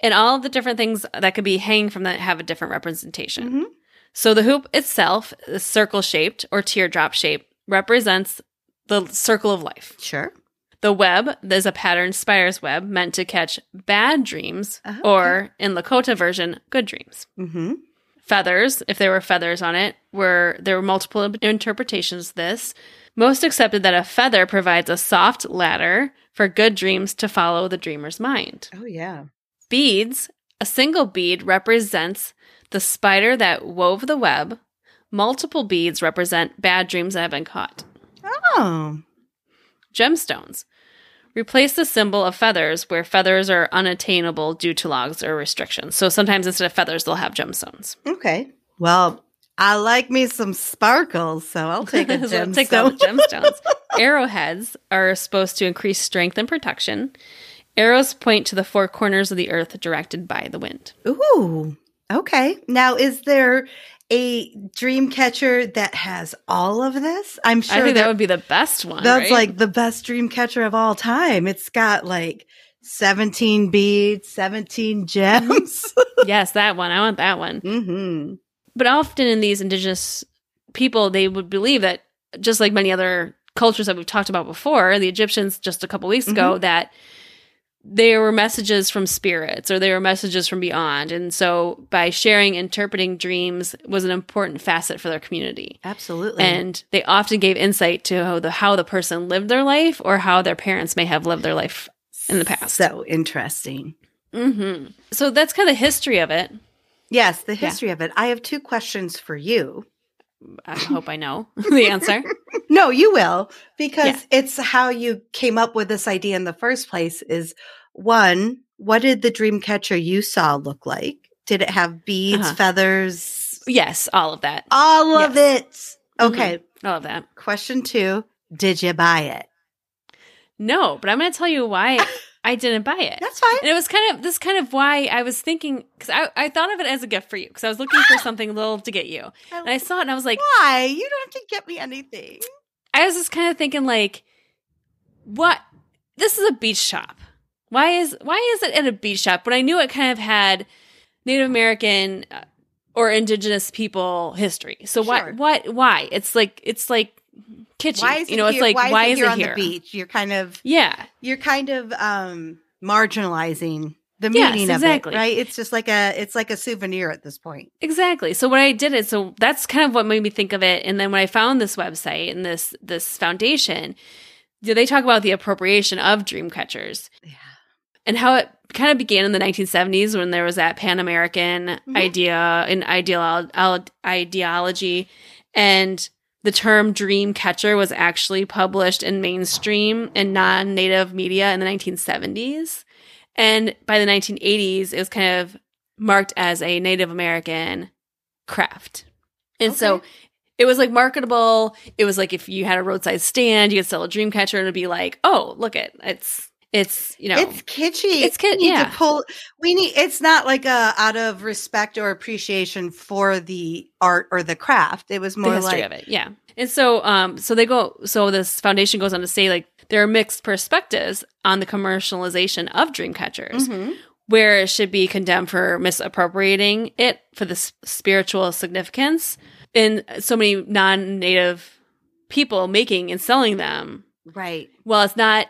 S1: And all the different things that could be hanging from that have a different representation.
S3: Mhm.
S1: So the hoop itself is circle shaped or teardrop shaped, represents the circle of life.
S3: that. Sure.
S1: The web is a patterned spider's web meant to catch bad dreams
S3: Oh, okay.
S1: or in Lakota version, good dreams.
S3: Mm-hmm.
S1: feathers if there were feathers on it were there were multiple interpretations of this most accepted that a feather provides a soft ladder for good dreams to follow the dreamer's mind
S3: Oh yeah.
S1: beads a single bead represents the spider that wove the web multiple beads represent bad dreams that have been caught
S3: Oh,
S1: gemstones replace the symbol of feathers where feathers are unattainable due to logs or restrictions so sometimes instead of feathers they'll have gemstones
S3: okay. Well, I like me some sparkles, so I'll take a
S1: So
S3: gemstone.
S1: take all the gemstones. Arrowheads are supposed to increase strength and protection. Arrows point to the four corners of the earth directed by the wind.
S3: Ooh. Okay. Now, is there a dream catcher that has all of this? I'm sure
S1: I think
S3: there-
S1: that would be the best one.
S3: that's
S1: right?
S3: like the best dream catcher of all time. It's got like 17 beads, 17 gems.
S1: yes, that one. I want that one.
S3: mm-hmm.
S1: But often in these indigenous people, they would believe that just like many other cultures that we've talked about before, the Egyptians just a couple weeks
S3: Mm-hmm.
S1: ago that there were messages from spirits or there were messages from beyond. And so by sharing interpreting dreams was an important facet for their community.
S3: Absolutely.
S1: and they often gave insight to how the how the person lived their life or how their parents may have lived their life in the past.
S3: so interesting.
S1: hmm So that's kind of the history of it.
S3: Yes, the history of it. I have two questions for you.
S1: I hope I know the answer.
S3: No, you will, because it's how you came up with this idea in the first place is one, what did the dream catcher you saw look like? Did it have beads,
S1: Uh-huh.
S3: feathers,
S1: Yes, all of that.
S3: all of it? Okay.
S1: All of that.
S3: Question two, did you buy it?
S1: No, but I'm going to tell you why I didn't buy it.
S3: That's fine.
S1: And it was kind of this kind of why I was thinking because I, I thought of it as a gift for you because I was looking for something little to get you. And I saw it and I was like,
S3: Why? You don't have to get me anything.
S1: I was just kind of thinking like, what? This is a beach shop. Why is why is it at a beach shop when I knew it kind of had Native American uh, or Indigenous people history? So why
S3: Sure.
S1: what why? It's like it's like kitschy.
S3: Why is it
S1: you know,
S3: here?
S1: it's like why, is
S3: here
S1: it
S3: on
S1: here?
S3: the beach? You're kind of
S1: Yeah,
S3: you're kind of um marginalizing the
S1: Yes,
S3: meaning
S1: exactly.
S3: of it, right? It's just like a it's like a souvenir at this point.
S1: exactly. So when I did it, so that's kind of what made me think of it. And then when I found this website and this this foundation, you know, they talk about the appropriation of dream catchers.
S3: Yeah.
S1: and how it kind of began in the 1970s when there was that Pan American
S3: Mhm.
S1: idea and ideolo- al- ideology. And the term dream catcher was actually published in mainstream and non native media in the 1970s. And by the 1980s, it was kind of marked as a Native American craft. And so
S3: Okay.
S1: it was like marketable. It was like if you had a roadside stand, you could sell a dream catcher and it'd be like, oh, look it. It's, it's, you know,
S3: It's kitschy.
S1: It's kit-
S3: We need
S1: yeah.
S3: to pull. We need. It's not like a out of respect or appreciation for the art or the craft. It was more
S1: the history
S3: like
S1: of it. Yeah. And so um so they go so this foundation goes on to say like there are mixed perspectives on the commercialization of dream catchers
S3: Mhm.
S1: where it should be condemned for misappropriating it for the s- spiritual significance and so many non-native people making and selling them.
S3: right.
S1: Well, it's not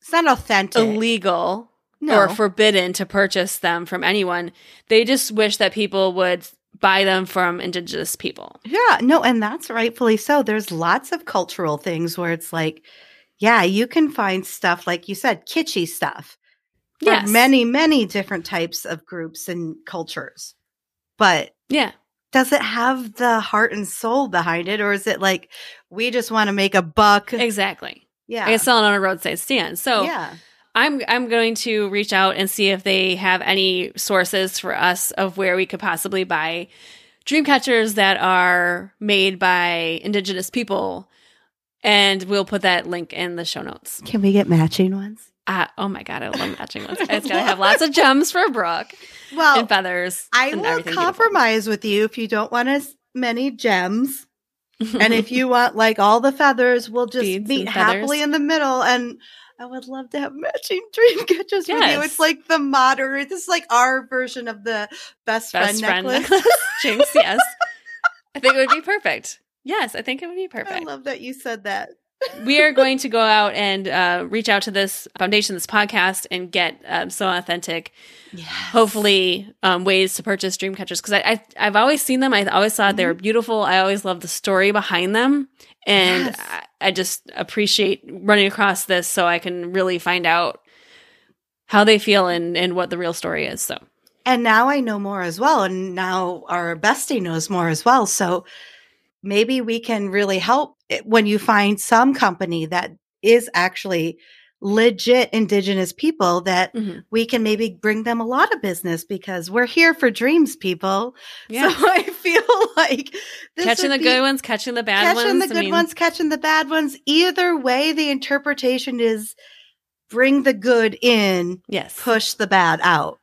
S3: It's not authentic.
S1: illegal
S3: no.
S1: or forbidden to purchase them from anyone. They just wish that people would buy them from indigenous people.
S3: yeah. No. And that's rightfully so. There's lots of cultural things where it's like, yeah, you can find stuff like you said, kitschy stuff. For
S1: Yes.
S3: Many, many different types of groups and cultures, but
S1: Yeah.
S3: does it have the heart and soul behind it, or is it like we just want to make a buck?
S1: Exactly.
S3: Yeah.
S1: I can sell it on a roadside stand. So
S3: yeah.
S1: I'm I'm going to reach out and see if they have any sources for us of where we could possibly buy dream catchers that are made by indigenous people. And we'll put that link in the show notes.
S3: Can we get matching ones?
S1: Uh, oh my god, I love matching ones. It's gotta have lots of gems for Brooke
S3: Well,
S1: and feathers.
S3: I
S1: and
S3: will
S1: everything
S3: compromise with you if you don't want as many gems.
S1: beautiful.
S3: and if you want like all the feathers, we'll just
S1: Beads
S3: meet
S1: and feathers.
S3: happily in the middle. And I would love to have matching dream catchers with you.
S1: Yes.
S3: It's like the modern, this is like our version of the best,
S1: best
S3: friend,
S1: friend
S3: necklace.
S1: necklace, Jinx, yes, I think it would be perfect. Yes, I think it would be perfect.
S3: I love that you said that.
S1: we are going to go out and uh, reach out to this foundation, this podcast, and get um, so authentic.
S3: Yes.
S1: Hopefully, um, ways to purchase dream catchers because I, I I've always seen them. I always thought they were
S3: Mm-hmm.
S1: beautiful. I always loved the story behind them, and
S3: Yes.
S1: I, I just appreciate running across this so I can really find out how they feel and and what the real story is. So
S3: And now I know more as well. And now our bestie knows more as well. So maybe we can really help it when you find some company that is actually legit indigenous people that
S1: Mhm.
S3: we can maybe bring them a lot of business because we're here for dreams, people.
S1: Yeah.
S3: So I feel like this
S1: catching
S3: would
S1: the
S3: be-
S1: good ones, catching the bad
S3: catching
S1: ones. I
S3: the good
S1: mean,
S3: ones, catching the bad ones. Either way, the interpretation is bring the good in,
S1: Yes.
S3: push the bad out.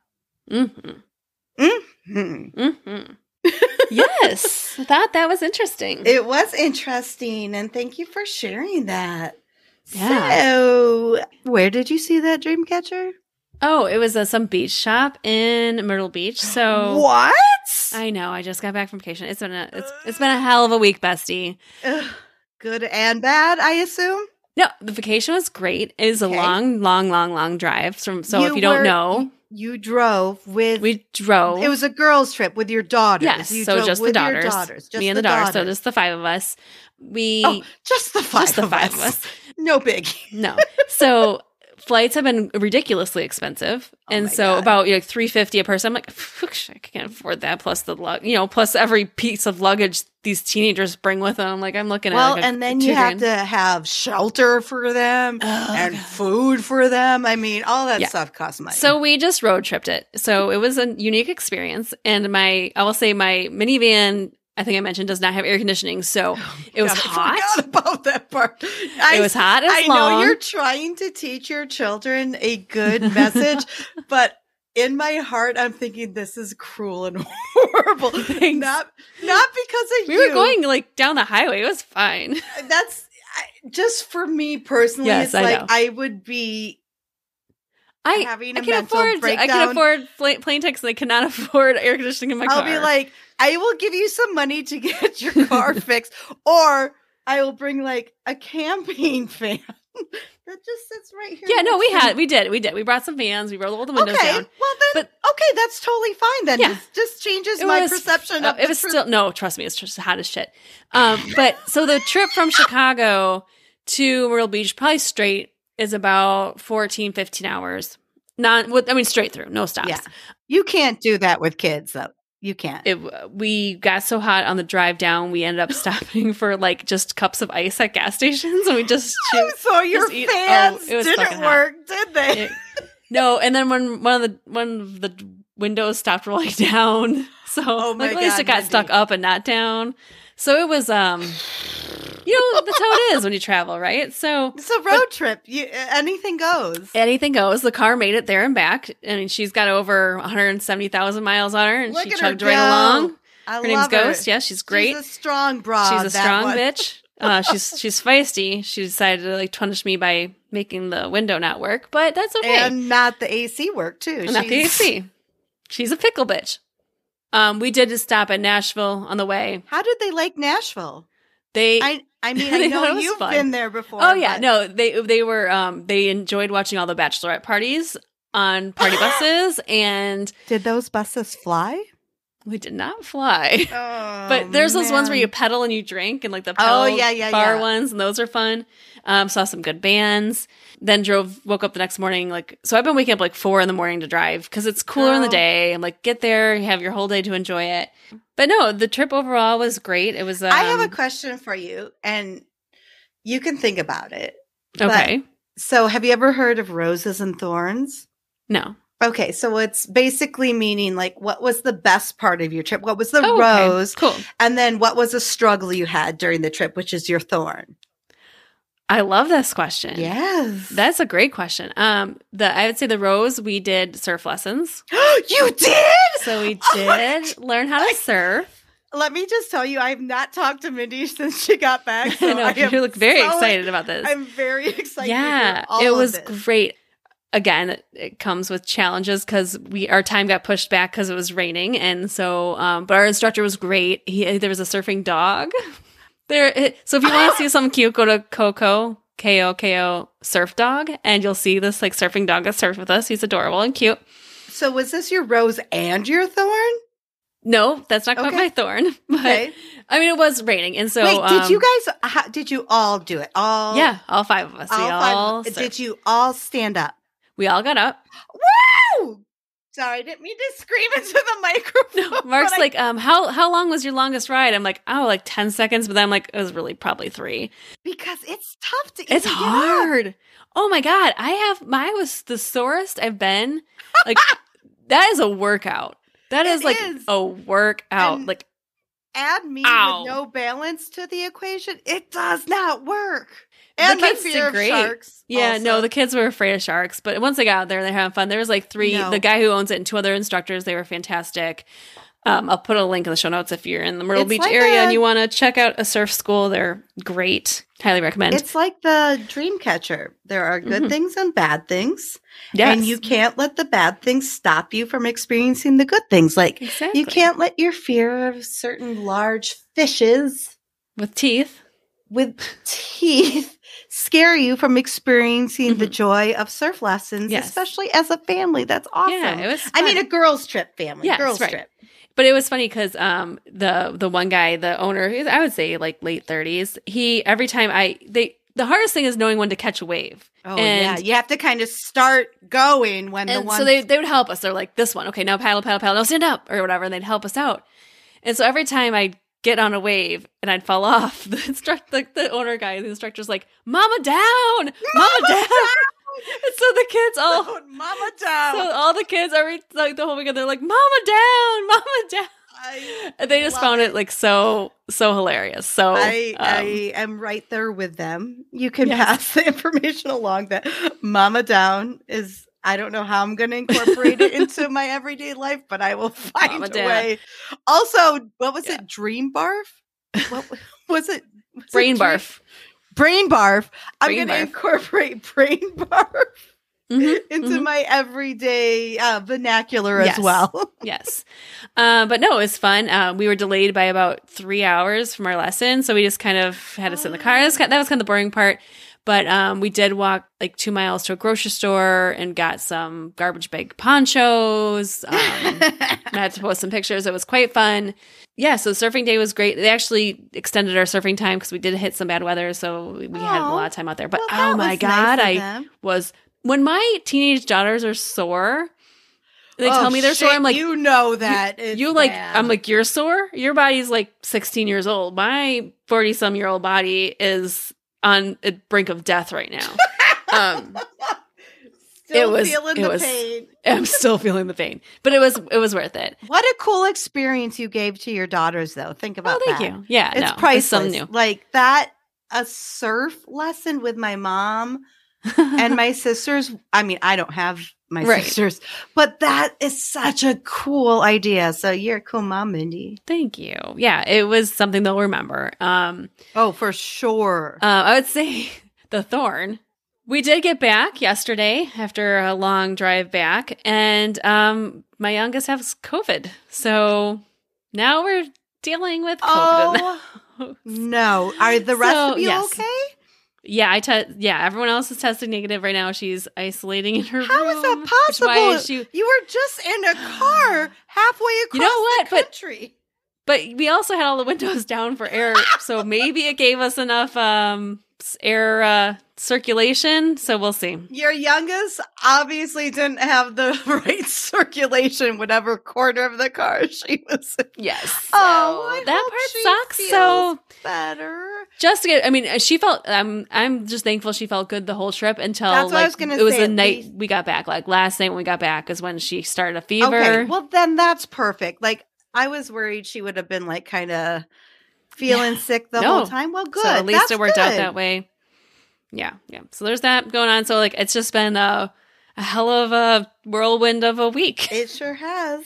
S1: hmm
S3: Hmm.
S1: hmm yes. I thought that was interesting.
S3: It was interesting, and thank you for sharing that.
S1: Yeah.
S3: So, where did you see that dream catcher?
S1: oh, it was uh, some beach shop in Myrtle Beach. So
S3: what?
S1: Oh. I know. I just got back from vacation. It's been a it's, it's been a hell of a week, bestie.
S3: Ugh, good and bad, I assume.
S1: No, the vacation was great. It is
S3: Okay.
S1: a long, long, long, long drive. So, so if you don't
S3: were-
S1: know,
S3: you, drove with.
S1: we drove.
S3: it was a girls' trip with your daughters.
S1: yes.
S3: You
S1: So
S3: drove
S1: just the
S3: with your
S1: daughters,
S3: just
S1: me and the, daughters. So just the five of us. We
S3: Oh, just the five,
S1: just the
S3: of,
S1: five
S3: us.
S1: of us.
S3: No big.
S1: No. So flights have been ridiculously expensive.
S3: Oh
S1: and
S3: my
S1: so
S3: God.
S1: about you know, 350 a person. I'm like, "Phew, I can't afford that plus the lug, you know, plus every piece of luggage these teenagers bring with them. I'm like, I'm looking
S3: Well,
S1: at like a-
S3: and then
S1: two
S3: you have
S1: grand.
S3: to have shelter for them
S1: Oh,
S3: and
S1: God.
S3: food for them. I mean, all that
S1: Yeah.
S3: stuff costs money.
S1: So we just road tripped it. So it was a unique experience. And my, I will say my minivan, I think I mentioned, does not have air conditioning. So it was
S3: Oh God,
S1: hot.
S3: I forgot about that part. I,
S1: It was hot. It was
S3: I
S1: long.
S3: know you're trying to teach your children a good message, but in my heart, I'm thinking this is cruel and horrible.
S1: Thanks.
S3: Not not because of
S1: we
S3: you.
S1: were going like down the highway. It was fine.
S3: That's I, just for me personally.
S1: Yes,
S3: it's
S1: I
S3: like
S1: know.
S3: I would be
S1: I,
S3: having
S1: I
S3: a
S1: can
S3: mental
S1: afford. I
S3: breakdown.
S1: can afford fl- plane tickets. and I cannot afford air conditioning in my
S3: I'll
S1: car.
S3: be like, I will give you some money to get your car fixed, or I will bring like a camping fan that just sits right here.
S1: yeah, no, we
S3: next to
S1: had,
S3: me.
S1: we did, we did. We brought some fans. We rolled all the windows
S3: okay,
S1: down.
S3: well then, okay, that's totally fine. Then
S1: Yeah.
S3: This just changes
S1: It
S3: my
S1: was-
S3: perception
S1: Uh,
S3: of
S1: it was
S3: the
S1: still no. Trust me, it's just hot as shit. Um, but so the trip from Chicago to Myrtle Beach, probably straight, is about 14, 15 hours. Not, with- I mean, straight through, no stops.
S3: Yeah. You can't do that with kids, though. You can't.
S1: It, we got so hot on the drive down, we ended up stopping for like just cups of ice at gas stations, and we just chewed.
S3: so your
S1: just eat- oh,
S3: fans
S1: it was fucking
S3: didn't
S1: hot.
S3: work, did they?
S1: It- no, and then when one of the one of the windows stopped rolling down, so
S3: Oh my
S1: like, at least
S3: God,
S1: it got
S3: Mindy.
S1: stuck up and not down. So it was, um, you know, that's how it is when you travel, right? So
S3: it's a road trip. You, anything goes.
S1: anything goes. The car made it there and back. I mean, she's got over 170,000 miles on her, and
S3: Look
S1: she
S3: at her
S1: chugged right
S3: go.
S1: along.
S3: I
S1: Her name's
S3: love her.
S1: Ghost. Yeah, she's great.
S3: She's a strong bra.
S1: She's a
S3: that
S1: strong
S3: one.
S1: bitch. Uh, she's she's feisty. She decided to like punish me by making the window not work, but that's okay.
S3: and not the AC work too.
S1: And not the
S3: She's-
S1: AC. She's a pickle bitch. Um, we did just stop at Nashville on the way.
S3: How did they like Nashville?
S1: They
S3: I I mean
S1: They
S3: I
S1: thought it
S3: know
S1: was
S3: you've
S1: fun.
S3: been there before.
S1: oh yeah
S3: but-
S1: no they they were um they enjoyed watching all the bachelorette parties on party buses and
S3: Did those buses fly?
S1: we did not fly.
S3: Oh,
S1: But there's those ones where you
S3: man.
S1: pedal and you drink, and like the pedal
S3: Oh, yeah, yeah,
S1: bar
S3: yeah.
S1: ones, and those are fun. Um, saw some good bands. Then drove, woke up the next morning like so. I've been waking up like four in the morning to drive because it's cooler in the
S3: Girl.
S1: day. I'm like, get there, you have your whole day to enjoy it. But no, the trip overall was great. It was. Um,
S3: I have a question for you, and you can think about it. but-
S1: okay.
S3: So, have you ever heard of roses and thorns?
S1: No.
S3: Okay, so it's basically meaning like what was the best part of your trip? What was the
S1: Oh, okay.
S3: rose?
S1: Cool.
S3: And then what was a struggle you had during the trip, which is your thorn?
S1: I love this question.
S3: Yes.
S1: That's a great question. Um, the I would say the rose we did surf lessons,
S3: you did?
S1: so we
S3: Oh my
S1: did learn how to surf.
S3: Let me just tell you, I have not talked to Mindy since she got back. So
S1: I know
S3: I am
S1: you look very
S3: so-
S1: excited about this.
S3: I'm very excited. to
S1: yeah,
S3: hear all
S1: it
S3: of
S1: was
S3: this.
S1: great. Again, it- it comes with challenges because we our time got pushed back because it was raining, and so um, but our instructor was great. He there was a surfing dog there, it- so if you want to see something cute, go to Coco K O K O Surf Dog, and you'll see this like surfing dog that surfed with us. He's adorable and cute.
S3: So was this your rose and your thorn?
S1: No, that's not quite
S3: Okay.
S1: my thorn, but
S3: Okay.
S1: I mean it was raining, and so
S3: Wait, did
S1: um,
S3: you guys? How, did you all do it? All
S1: Yeah, all five of us.
S3: all
S1: we
S3: five-
S1: all surfed.
S3: Did you all stand up?
S1: we all got up.
S3: Woo! Sorry, I didn't mean to scream into the microphone.
S1: Mark's
S3: but I-
S1: like, um, how how long was your longest ride? I'm like, oh, like ten seconds, but then I'm like, it was really probably three.
S3: because it's tough to.
S1: It's
S3: even get up.
S1: hard. Oh my god, I have my I was the sorest I've been. Like that is a workout. That
S3: It
S1: is like
S3: is.
S1: a workout.
S3: And-
S1: like
S3: Add me
S1: Ow.
S3: with no balance to the equation. It does not work.
S1: The
S3: And my
S1: kids did
S3: fear of
S1: great.
S3: sharks.
S1: yeah, no,
S3: also.
S1: the kids were afraid of sharks, but once they got out there, they had fun. There was like three.
S3: No.
S1: The guy who owns it and two other instructors. They were fantastic. Um, I'll put a link in the show notes if you're in the Myrtle
S3: It's
S1: Beach
S3: like
S1: area
S3: a-
S1: and you want to check out a surf school. They're great. Highly recommend.
S3: It's like the dream catcher. There are good
S1: Mhm.
S3: things and bad things.
S1: yes,
S3: And you can't let the bad things stop you from experiencing the good things. Like
S1: exactly.
S3: you can't let your fear of certain large fishes
S1: with teeth.
S3: with teeth scare you from experiencing the joy of surf lessons,
S1: Mm-hmm. Yes.
S3: especially as a family. That's awesome.
S1: Yeah, it was.
S3: I mean,
S1: fun.
S3: a girls' trip family.
S1: Yes,
S3: girls'
S1: right.
S3: trip.
S1: But it was funny because um the the one guy, the owner, he's- I would say like late thirties. He every time I they the hardest thing is knowing when to catch a wave.
S3: Oh yeah,
S1: And-
S3: you have to kind of start going when the
S1: And
S3: one.
S1: so they they would help us. They're like this one, okay, now paddle, paddle, paddle, now stand up or whatever, and they'd help us out. And so every time I'd get on a wave and I'd fall off, the instruct like the owner guy, the instructor's like, "Mama down, mama, down. And so the kids all.
S3: Oh, mama down.
S1: Oh. So all the kids every like the whole weekend they're like, "Mama down, mama down."
S3: I,
S1: And they just
S3: Love
S1: found it. like so so hilarious. So
S3: I,
S1: um,
S3: I am right there with them. You can
S1: Yes.
S3: pass the information along that mama down is. I don't know how I'm going to incorporate it into my everyday life, but I will find
S1: Mama
S3: a
S1: down.
S3: way. Also, what was
S1: Yeah.
S3: it? Dream barf? What w- was it? was it
S1: brain
S3: dream-
S1: barf.
S3: Brain barf. I'm
S1: Brain
S3: going to
S1: barf.
S3: incorporate brain barf
S1: Mhm,
S3: into
S1: mhm.
S3: my everyday uh, vernacular
S1: Yes.
S3: as well.
S1: yes, uh, but no, it was fun. Uh, we were delayed by about three hours from our lesson, so we just kind of had to sit in the car. That was kind, that was kind of the boring part. But um, we did walk like two miles to a grocery store and got some garbage bag ponchos. Um, and I had to post some pictures. It was quite fun. Yeah, so surfing day was great. They actually extended our surfing time because we did hit some bad weather, so we had a
S3: Aw.
S1: lot of time out there. But
S3: Well, that
S1: oh my
S3: was nice
S1: god,
S3: of
S1: I
S3: them.
S1: was when my teenage daughters are sore. They tell
S3: Oh,
S1: me they're sore.
S3: shit,
S1: I'm like, you,
S3: you know that it's
S1: like,
S3: bad.
S1: I'm like, you're sore. Your body's like 16 years old. My 40 some year old body is on the brink of death right now. um,
S3: Still
S1: it was-
S3: feeling
S1: it
S3: the
S1: was-
S3: pain.
S1: I'm still feeling the pain, but it was it was worth it.
S3: What a cool experience you gave to your daughters, though. Think about
S1: Oh, thank
S3: that.
S1: you. Yeah,
S3: It's
S1: no,
S3: priceless.
S1: something new.
S3: Like that, a surf lesson with my mom and my sisters. I mean, I don't have my
S1: Right.
S3: sisters, but that is such a cool idea. So you're a cool mom, Mindy.
S1: Thank you. Yeah, it was something they'll remember. Um,
S3: Oh, for sure.
S1: uh, I would say the thorn. We did get back yesterday after a long drive back, and um, my youngest has COVID, so now we're dealing with COVID.
S3: oh no! Are the rest
S1: So,
S3: of you
S1: yes.
S3: okay?
S1: yeah, I te- yeah, everyone else is testing negative right now. She's isolating in her
S3: How
S1: room.
S3: is that
S1: which why
S3: possible?
S1: is she-
S3: You were just in a car halfway across
S1: You know what?
S3: the
S1: But-
S3: country.
S1: but we also had all the windows down for air so maybe it gave us enough um s- air uh, circulation so we'll see
S3: Your youngest obviously didn't have the right circulation, whatever corner of the car she was in.
S1: yes
S3: Oh, I
S1: that
S3: hope she
S1: part sucks so
S3: Better.
S1: just to get i mean uh, she felt i'm i'm just thankful she felt good the whole trip until
S3: That's what I
S1: like,
S3: was gonna
S1: it was
S3: say,
S1: the
S3: at
S1: night
S3: least-
S1: we got back like last night when we got back is when she started a fever
S3: Okay, well then that's perfect. Like I was worried she would have been like kind of feeling sick the
S1: No.
S3: whole time. Well, good.
S1: So at least
S3: That's
S1: it worked out
S3: good.
S1: that way. Yeah, yeah. So there's that going on. So like it's just been a, a hell of a whirlwind of a week.
S3: It sure has.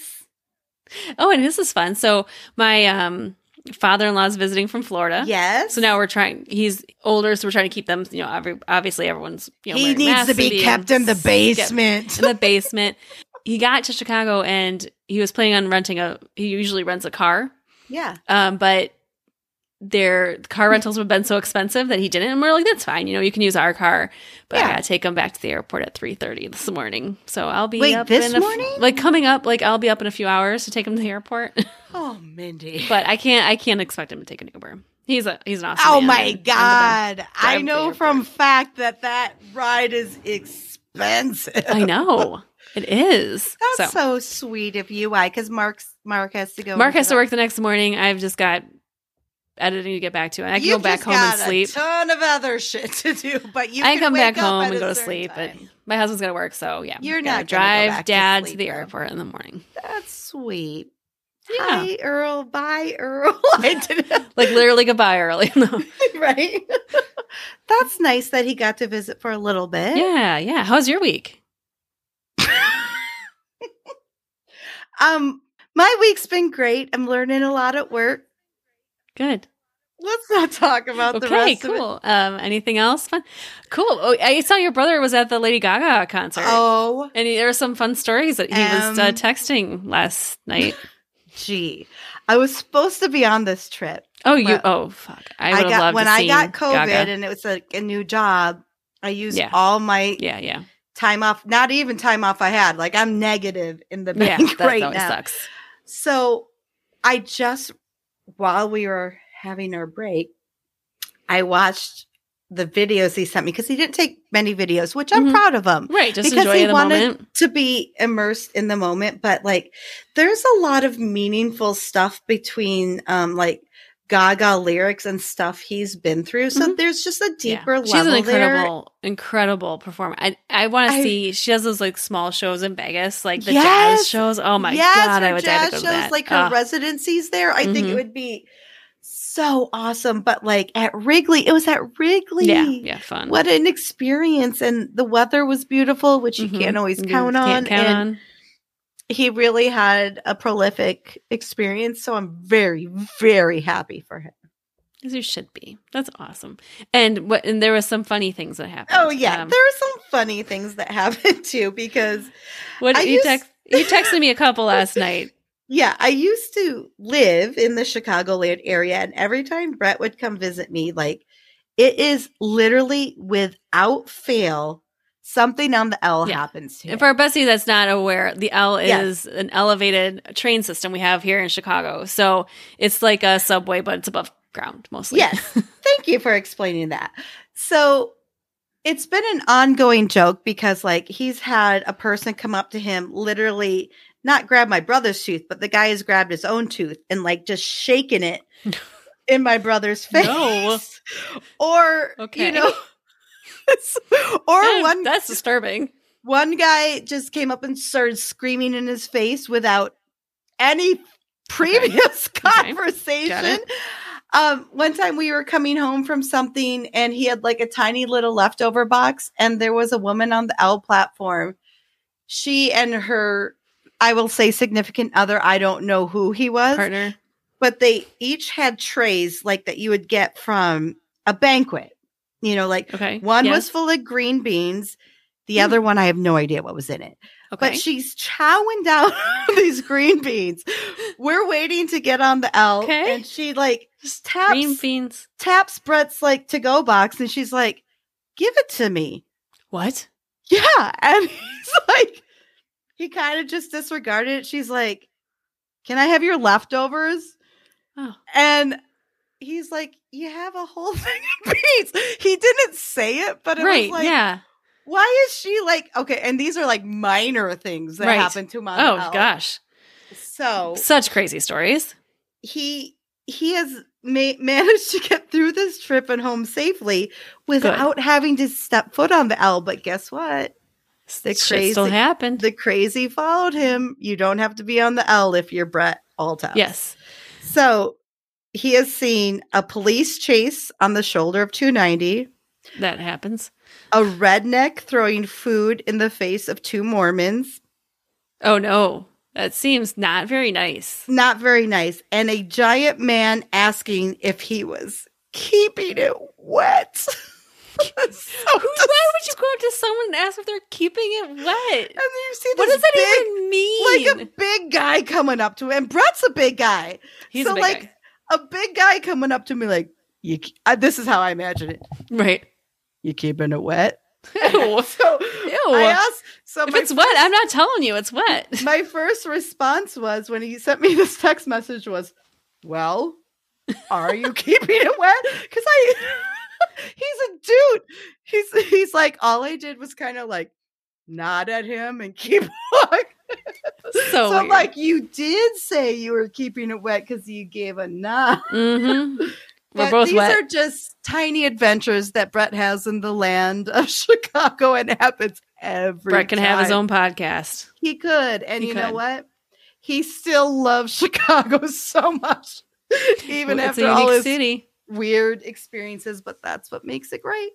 S1: Oh, and this is fun. So my um, father-in-law's visiting from Florida.
S3: Yes.
S1: So now we're trying. He's older, so we're trying to keep them. You know, every, obviously everyone's. You know,
S3: he
S1: wearing
S3: needs to
S1: masks
S3: be
S1: and
S3: kept in the
S1: skip-
S3: basement.
S1: in the basement. he got to Chicago, and he was planning on renting a. He usually rents a car,
S3: Yeah.
S1: um, but their car rentals have been so expensive that he didn't. And we're like, that's fine. You know, you can use our car, but I
S3: Yeah.
S1: gotta take him back to the airport at three thirty this morning. So I'll be
S3: Wait,
S1: up
S3: this
S1: in a f-
S3: morning?
S1: like coming up. Like I'll be up in a few hours to take him to the airport.
S3: Oh, Mindy.
S1: but I can't. I can't expect him to take an Uber. He's a he's an awesome.
S3: Oh
S1: man.
S3: my
S1: And- and the best.
S3: god! I
S1: drive
S3: know
S1: there
S3: from
S1: for-
S3: fact that that ride is expensive.
S1: I know. It is.
S3: That's so, sweet of you. Why? Because Mark's Mark has to go.
S1: Mark
S3: into
S1: has to
S3: the-
S1: work the next morning. I've just got editing to get back to, and I can
S3: You've
S1: go back
S3: just
S1: home and
S3: got
S1: sleep.
S3: A ton of other shit to do, but you.
S1: I
S3: can
S1: come
S3: wake
S1: back
S3: up
S1: home
S3: at
S1: and
S3: a
S1: go to
S3: certain
S1: sleep,
S3: time.
S1: but my husband's gonna work, so yeah,
S3: You're
S1: gotta
S3: not gonna go
S1: drive
S3: back to
S1: dad
S3: sleep,
S1: the
S3: though.
S1: airport in the morning.
S3: that's sweet.
S1: Yeah.
S3: Hi, Earl. Bye, Earl. I didn't.
S1: Like literally goodbye early. No.
S3: right. that's nice that he got to visit for a little bit.
S1: yeah, yeah. How's your week?
S3: Um, my week's been great. I'm learning a lot at work.
S1: Good.
S3: Let's not talk about the
S1: Okay,
S3: rest of it.
S1: cool. Um, anything else fun? Cool. Oh, I saw your brother was at the Lady Gaga concert.
S3: Oh,
S1: And he, there were some fun stories that he was uh,
S3: Um,
S1: texting last night.
S3: gee, I was supposed to be on this trip.
S1: Oh, you!
S3: Well,
S1: oh, fuck! I would have
S3: got
S1: loved
S3: when
S1: to
S3: I
S1: see
S3: got COVID
S1: Gaga.
S3: and it was like a new job. I used
S1: Yeah.
S3: all my
S1: yeah, yeah,
S3: time off, not even time off I had. Like I'm negative in the
S1: yeah.
S3: bank
S1: That,
S3: right
S1: that always
S3: now.
S1: sucks.
S3: So I just, while we were having our break, I watched the videos he sent me because he didn't take many videos, which I'm
S1: Mhm.
S3: proud of him
S1: Right, just
S3: Because
S1: enjoy
S3: he
S1: the
S3: wanted-
S1: moment.
S3: to be immersed in the moment. But like, there's a lot of meaningful stuff between um, like Gaga lyrics and stuff he's been through. So
S1: Mhm.
S3: there's just a
S1: Yeah.
S3: deeper level.
S1: She's an
S3: there.
S1: incredible, incredible performer. I, I want to
S3: I-
S1: see. She does those like small shows in Vegas, like the
S3: Yes!
S1: jazz shows. Oh my
S3: yes,
S1: god,
S3: her
S1: I would die
S3: jazz
S1: to go to
S3: shows,
S1: that. Ah.
S3: like her
S1: Ugh.
S3: residencies there. I think
S1: Mhm.
S3: it would be so awesome. But like at Wrigley, it was at Wrigley.
S1: yeah, yeah, fun.
S3: What an experience! And the weather was beautiful, which you
S1: Mhm.
S3: can't always
S1: You
S3: count
S1: can't
S3: on.
S1: count
S3: and
S1: on.
S3: he really had a prolific experience, so I'm very, very happy for him.
S1: As you should be. That's awesome. And what? And there were some funny things that happened.
S3: Oh yeah,
S1: Um,
S3: there are some funny things that happened too because
S1: what
S3: I
S1: you
S3: used-
S1: text? You texted me a couple last night.
S3: Yeah, I used to live in the Chicagoland area, and every time Brett would come visit me, like it is literally without fail, something on the L
S1: Yeah.
S3: happens to him.
S1: And for our bestie that's not aware, the L
S3: Yes.
S1: is an elevated train system we have here in Chicago. So it's like a subway, but it's above ground mostly.
S3: Yes. Thank you for explaining that. So it's been an ongoing joke because, like, he's had a person come up to him, literally not grab my brother's tooth, but the guy has grabbed his own tooth and, like, just shaking it in my brother's face.
S1: No.
S3: Or,
S1: Okay.
S3: you know, or
S1: That-
S3: one
S1: that's disturbing.
S3: one guy just came up and started screaming in his face without any previous conversation. Um, one time we were coming home from something and he had like a tiny little leftover box, and there was a woman on the L platform. She and her, I will say, significant other, I don't know who he was,
S1: Partner.
S3: but they each had trays like that you would get from a banquet. You know, like
S1: Okay.
S3: one
S1: Yeah.
S3: was full of green beans. The
S1: Hmm.
S3: other one, I have no idea what was in it.
S1: okay.
S3: But she's chowing down on these green beans. We're waiting to get on the L,
S1: Okay.
S3: and she like
S1: Just
S3: taps
S1: green beans.
S3: taps Brett's like to go box, and she's like, "Give it to me."
S1: What?
S3: Yeah, and he's like, he kind of just disregarded it. She's like, "Can I have your leftovers?"
S1: Oh.
S3: And he's like, "You have a whole thing of beans." He didn't say it, but it
S1: Right.
S3: was like,
S1: yeah.
S3: why is she like okay? And these are like minor things that
S1: Right.
S3: happen to him. on
S1: Oh
S3: the L.
S1: gosh.
S3: So
S1: Such crazy stories.
S3: he he has ma- managed to get through this trip and home safely without having to step foot on the L. But guess what?
S1: The
S3: crazy-
S1: still happened.
S3: The crazy followed him. You don't have to be on the L if you're Brett Alta.
S1: yes.
S3: So he has seen a police chase on the shoulder of 290,
S1: That happens.
S3: a redneck throwing food in the face of two Mormons.
S1: Oh no. That seems not very nice.
S3: not very nice, and a giant man asking if he was keeping it wet. That's so
S1: Who,
S3: dis-
S1: why would you go up to someone and ask if they're keeping it wet?
S3: and you see this
S1: What does that
S3: big,
S1: even mean?
S3: like a big guy coming up to him. And Brett's a big guy,
S1: He's
S3: so
S1: a big
S3: like
S1: guy.
S3: a big guy coming up to me like you. ke- I, this is how I imagine it.
S1: right.
S3: You keeping it wet?
S1: Ew.
S3: So
S1: Ew.
S3: I asked. So
S1: if
S3: my
S1: it's wet, I'm not telling you it's wet.
S3: my first response was when he sent me this text message was, "Well, are you keeping it wet?" Because I, he's a dude. He's he's like all I did was kind of like nod at him and keep walking.
S1: So,
S3: So, I'm
S1: weird.
S3: like, you did say you were keeping it wet because you gave a nod.
S1: Mhm.
S3: But
S1: we're both
S3: these
S1: wet.
S3: are just tiny adventures that Brett has in the land of Chicago, and it happens every.
S1: Brett can have his
S3: time.
S1: own podcast.
S3: He could, and
S1: He
S3: you know
S1: could.
S3: what? He still loves Chicago so much, even
S1: it's
S3: after
S1: a
S3: all
S1: unique
S3: his
S1: city.
S3: weird experiences. But that's what makes it great.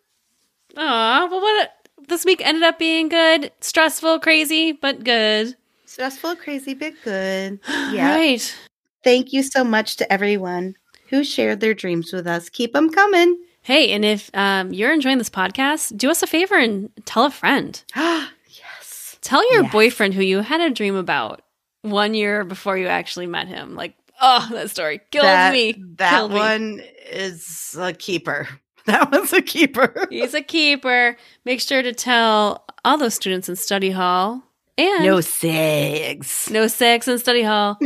S1: Aw, well, what a- this week ended up being good, stressful, crazy, but good.
S3: Stressful, crazy, but good.
S1: Right.
S3: Thank you so much to everyone who shared their dreams with us. Keep them coming.
S1: Hey, and if um, you're enjoying this podcast, do us a favor and tell a friend.
S3: yes.
S1: Tell your
S3: Yes.
S1: boyfriend who you had a dream about one year before you actually met him. Like, oh, that story killed
S3: that,
S1: me.
S3: That
S1: Killed me.
S3: one is a keeper. That one's a keeper.
S1: He's a keeper. Make sure to tell all those students in study hall and
S3: No sigs.
S1: no sex in study hall.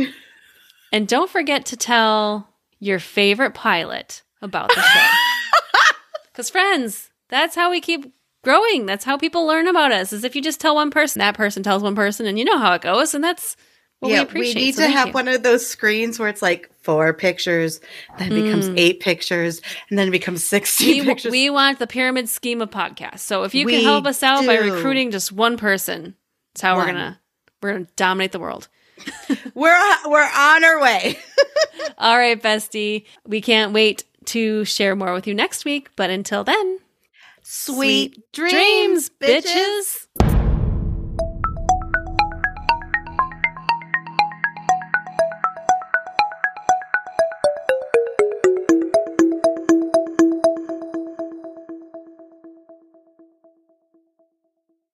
S1: and don't forget to tell your favorite pilot about the show. Because, friends, that's how we keep growing. That's how people learn about us, is if you just tell one person, that person tells one person, and you know how it goes. And that's what we
S3: yeah, we,
S1: appreciate.
S3: need
S1: So
S3: to
S1: thank
S3: have
S1: you.
S3: one of those screens where it's like four pictures, then it becomes
S1: Mm.
S3: eight pictures, and then it becomes
S1: We,
S3: sixteen pictures.
S1: we want the pyramid scheme of podcasts. So if you
S3: We
S1: can help us out by
S3: do.
S1: recruiting just one person, that's how
S3: One.
S1: we're gonna we're gonna dominate the world.
S3: we're on- we're on our way.
S1: All right, bestie. We can't wait to share more with you next week. But until then,
S3: Sweet,
S1: dreams, bitches.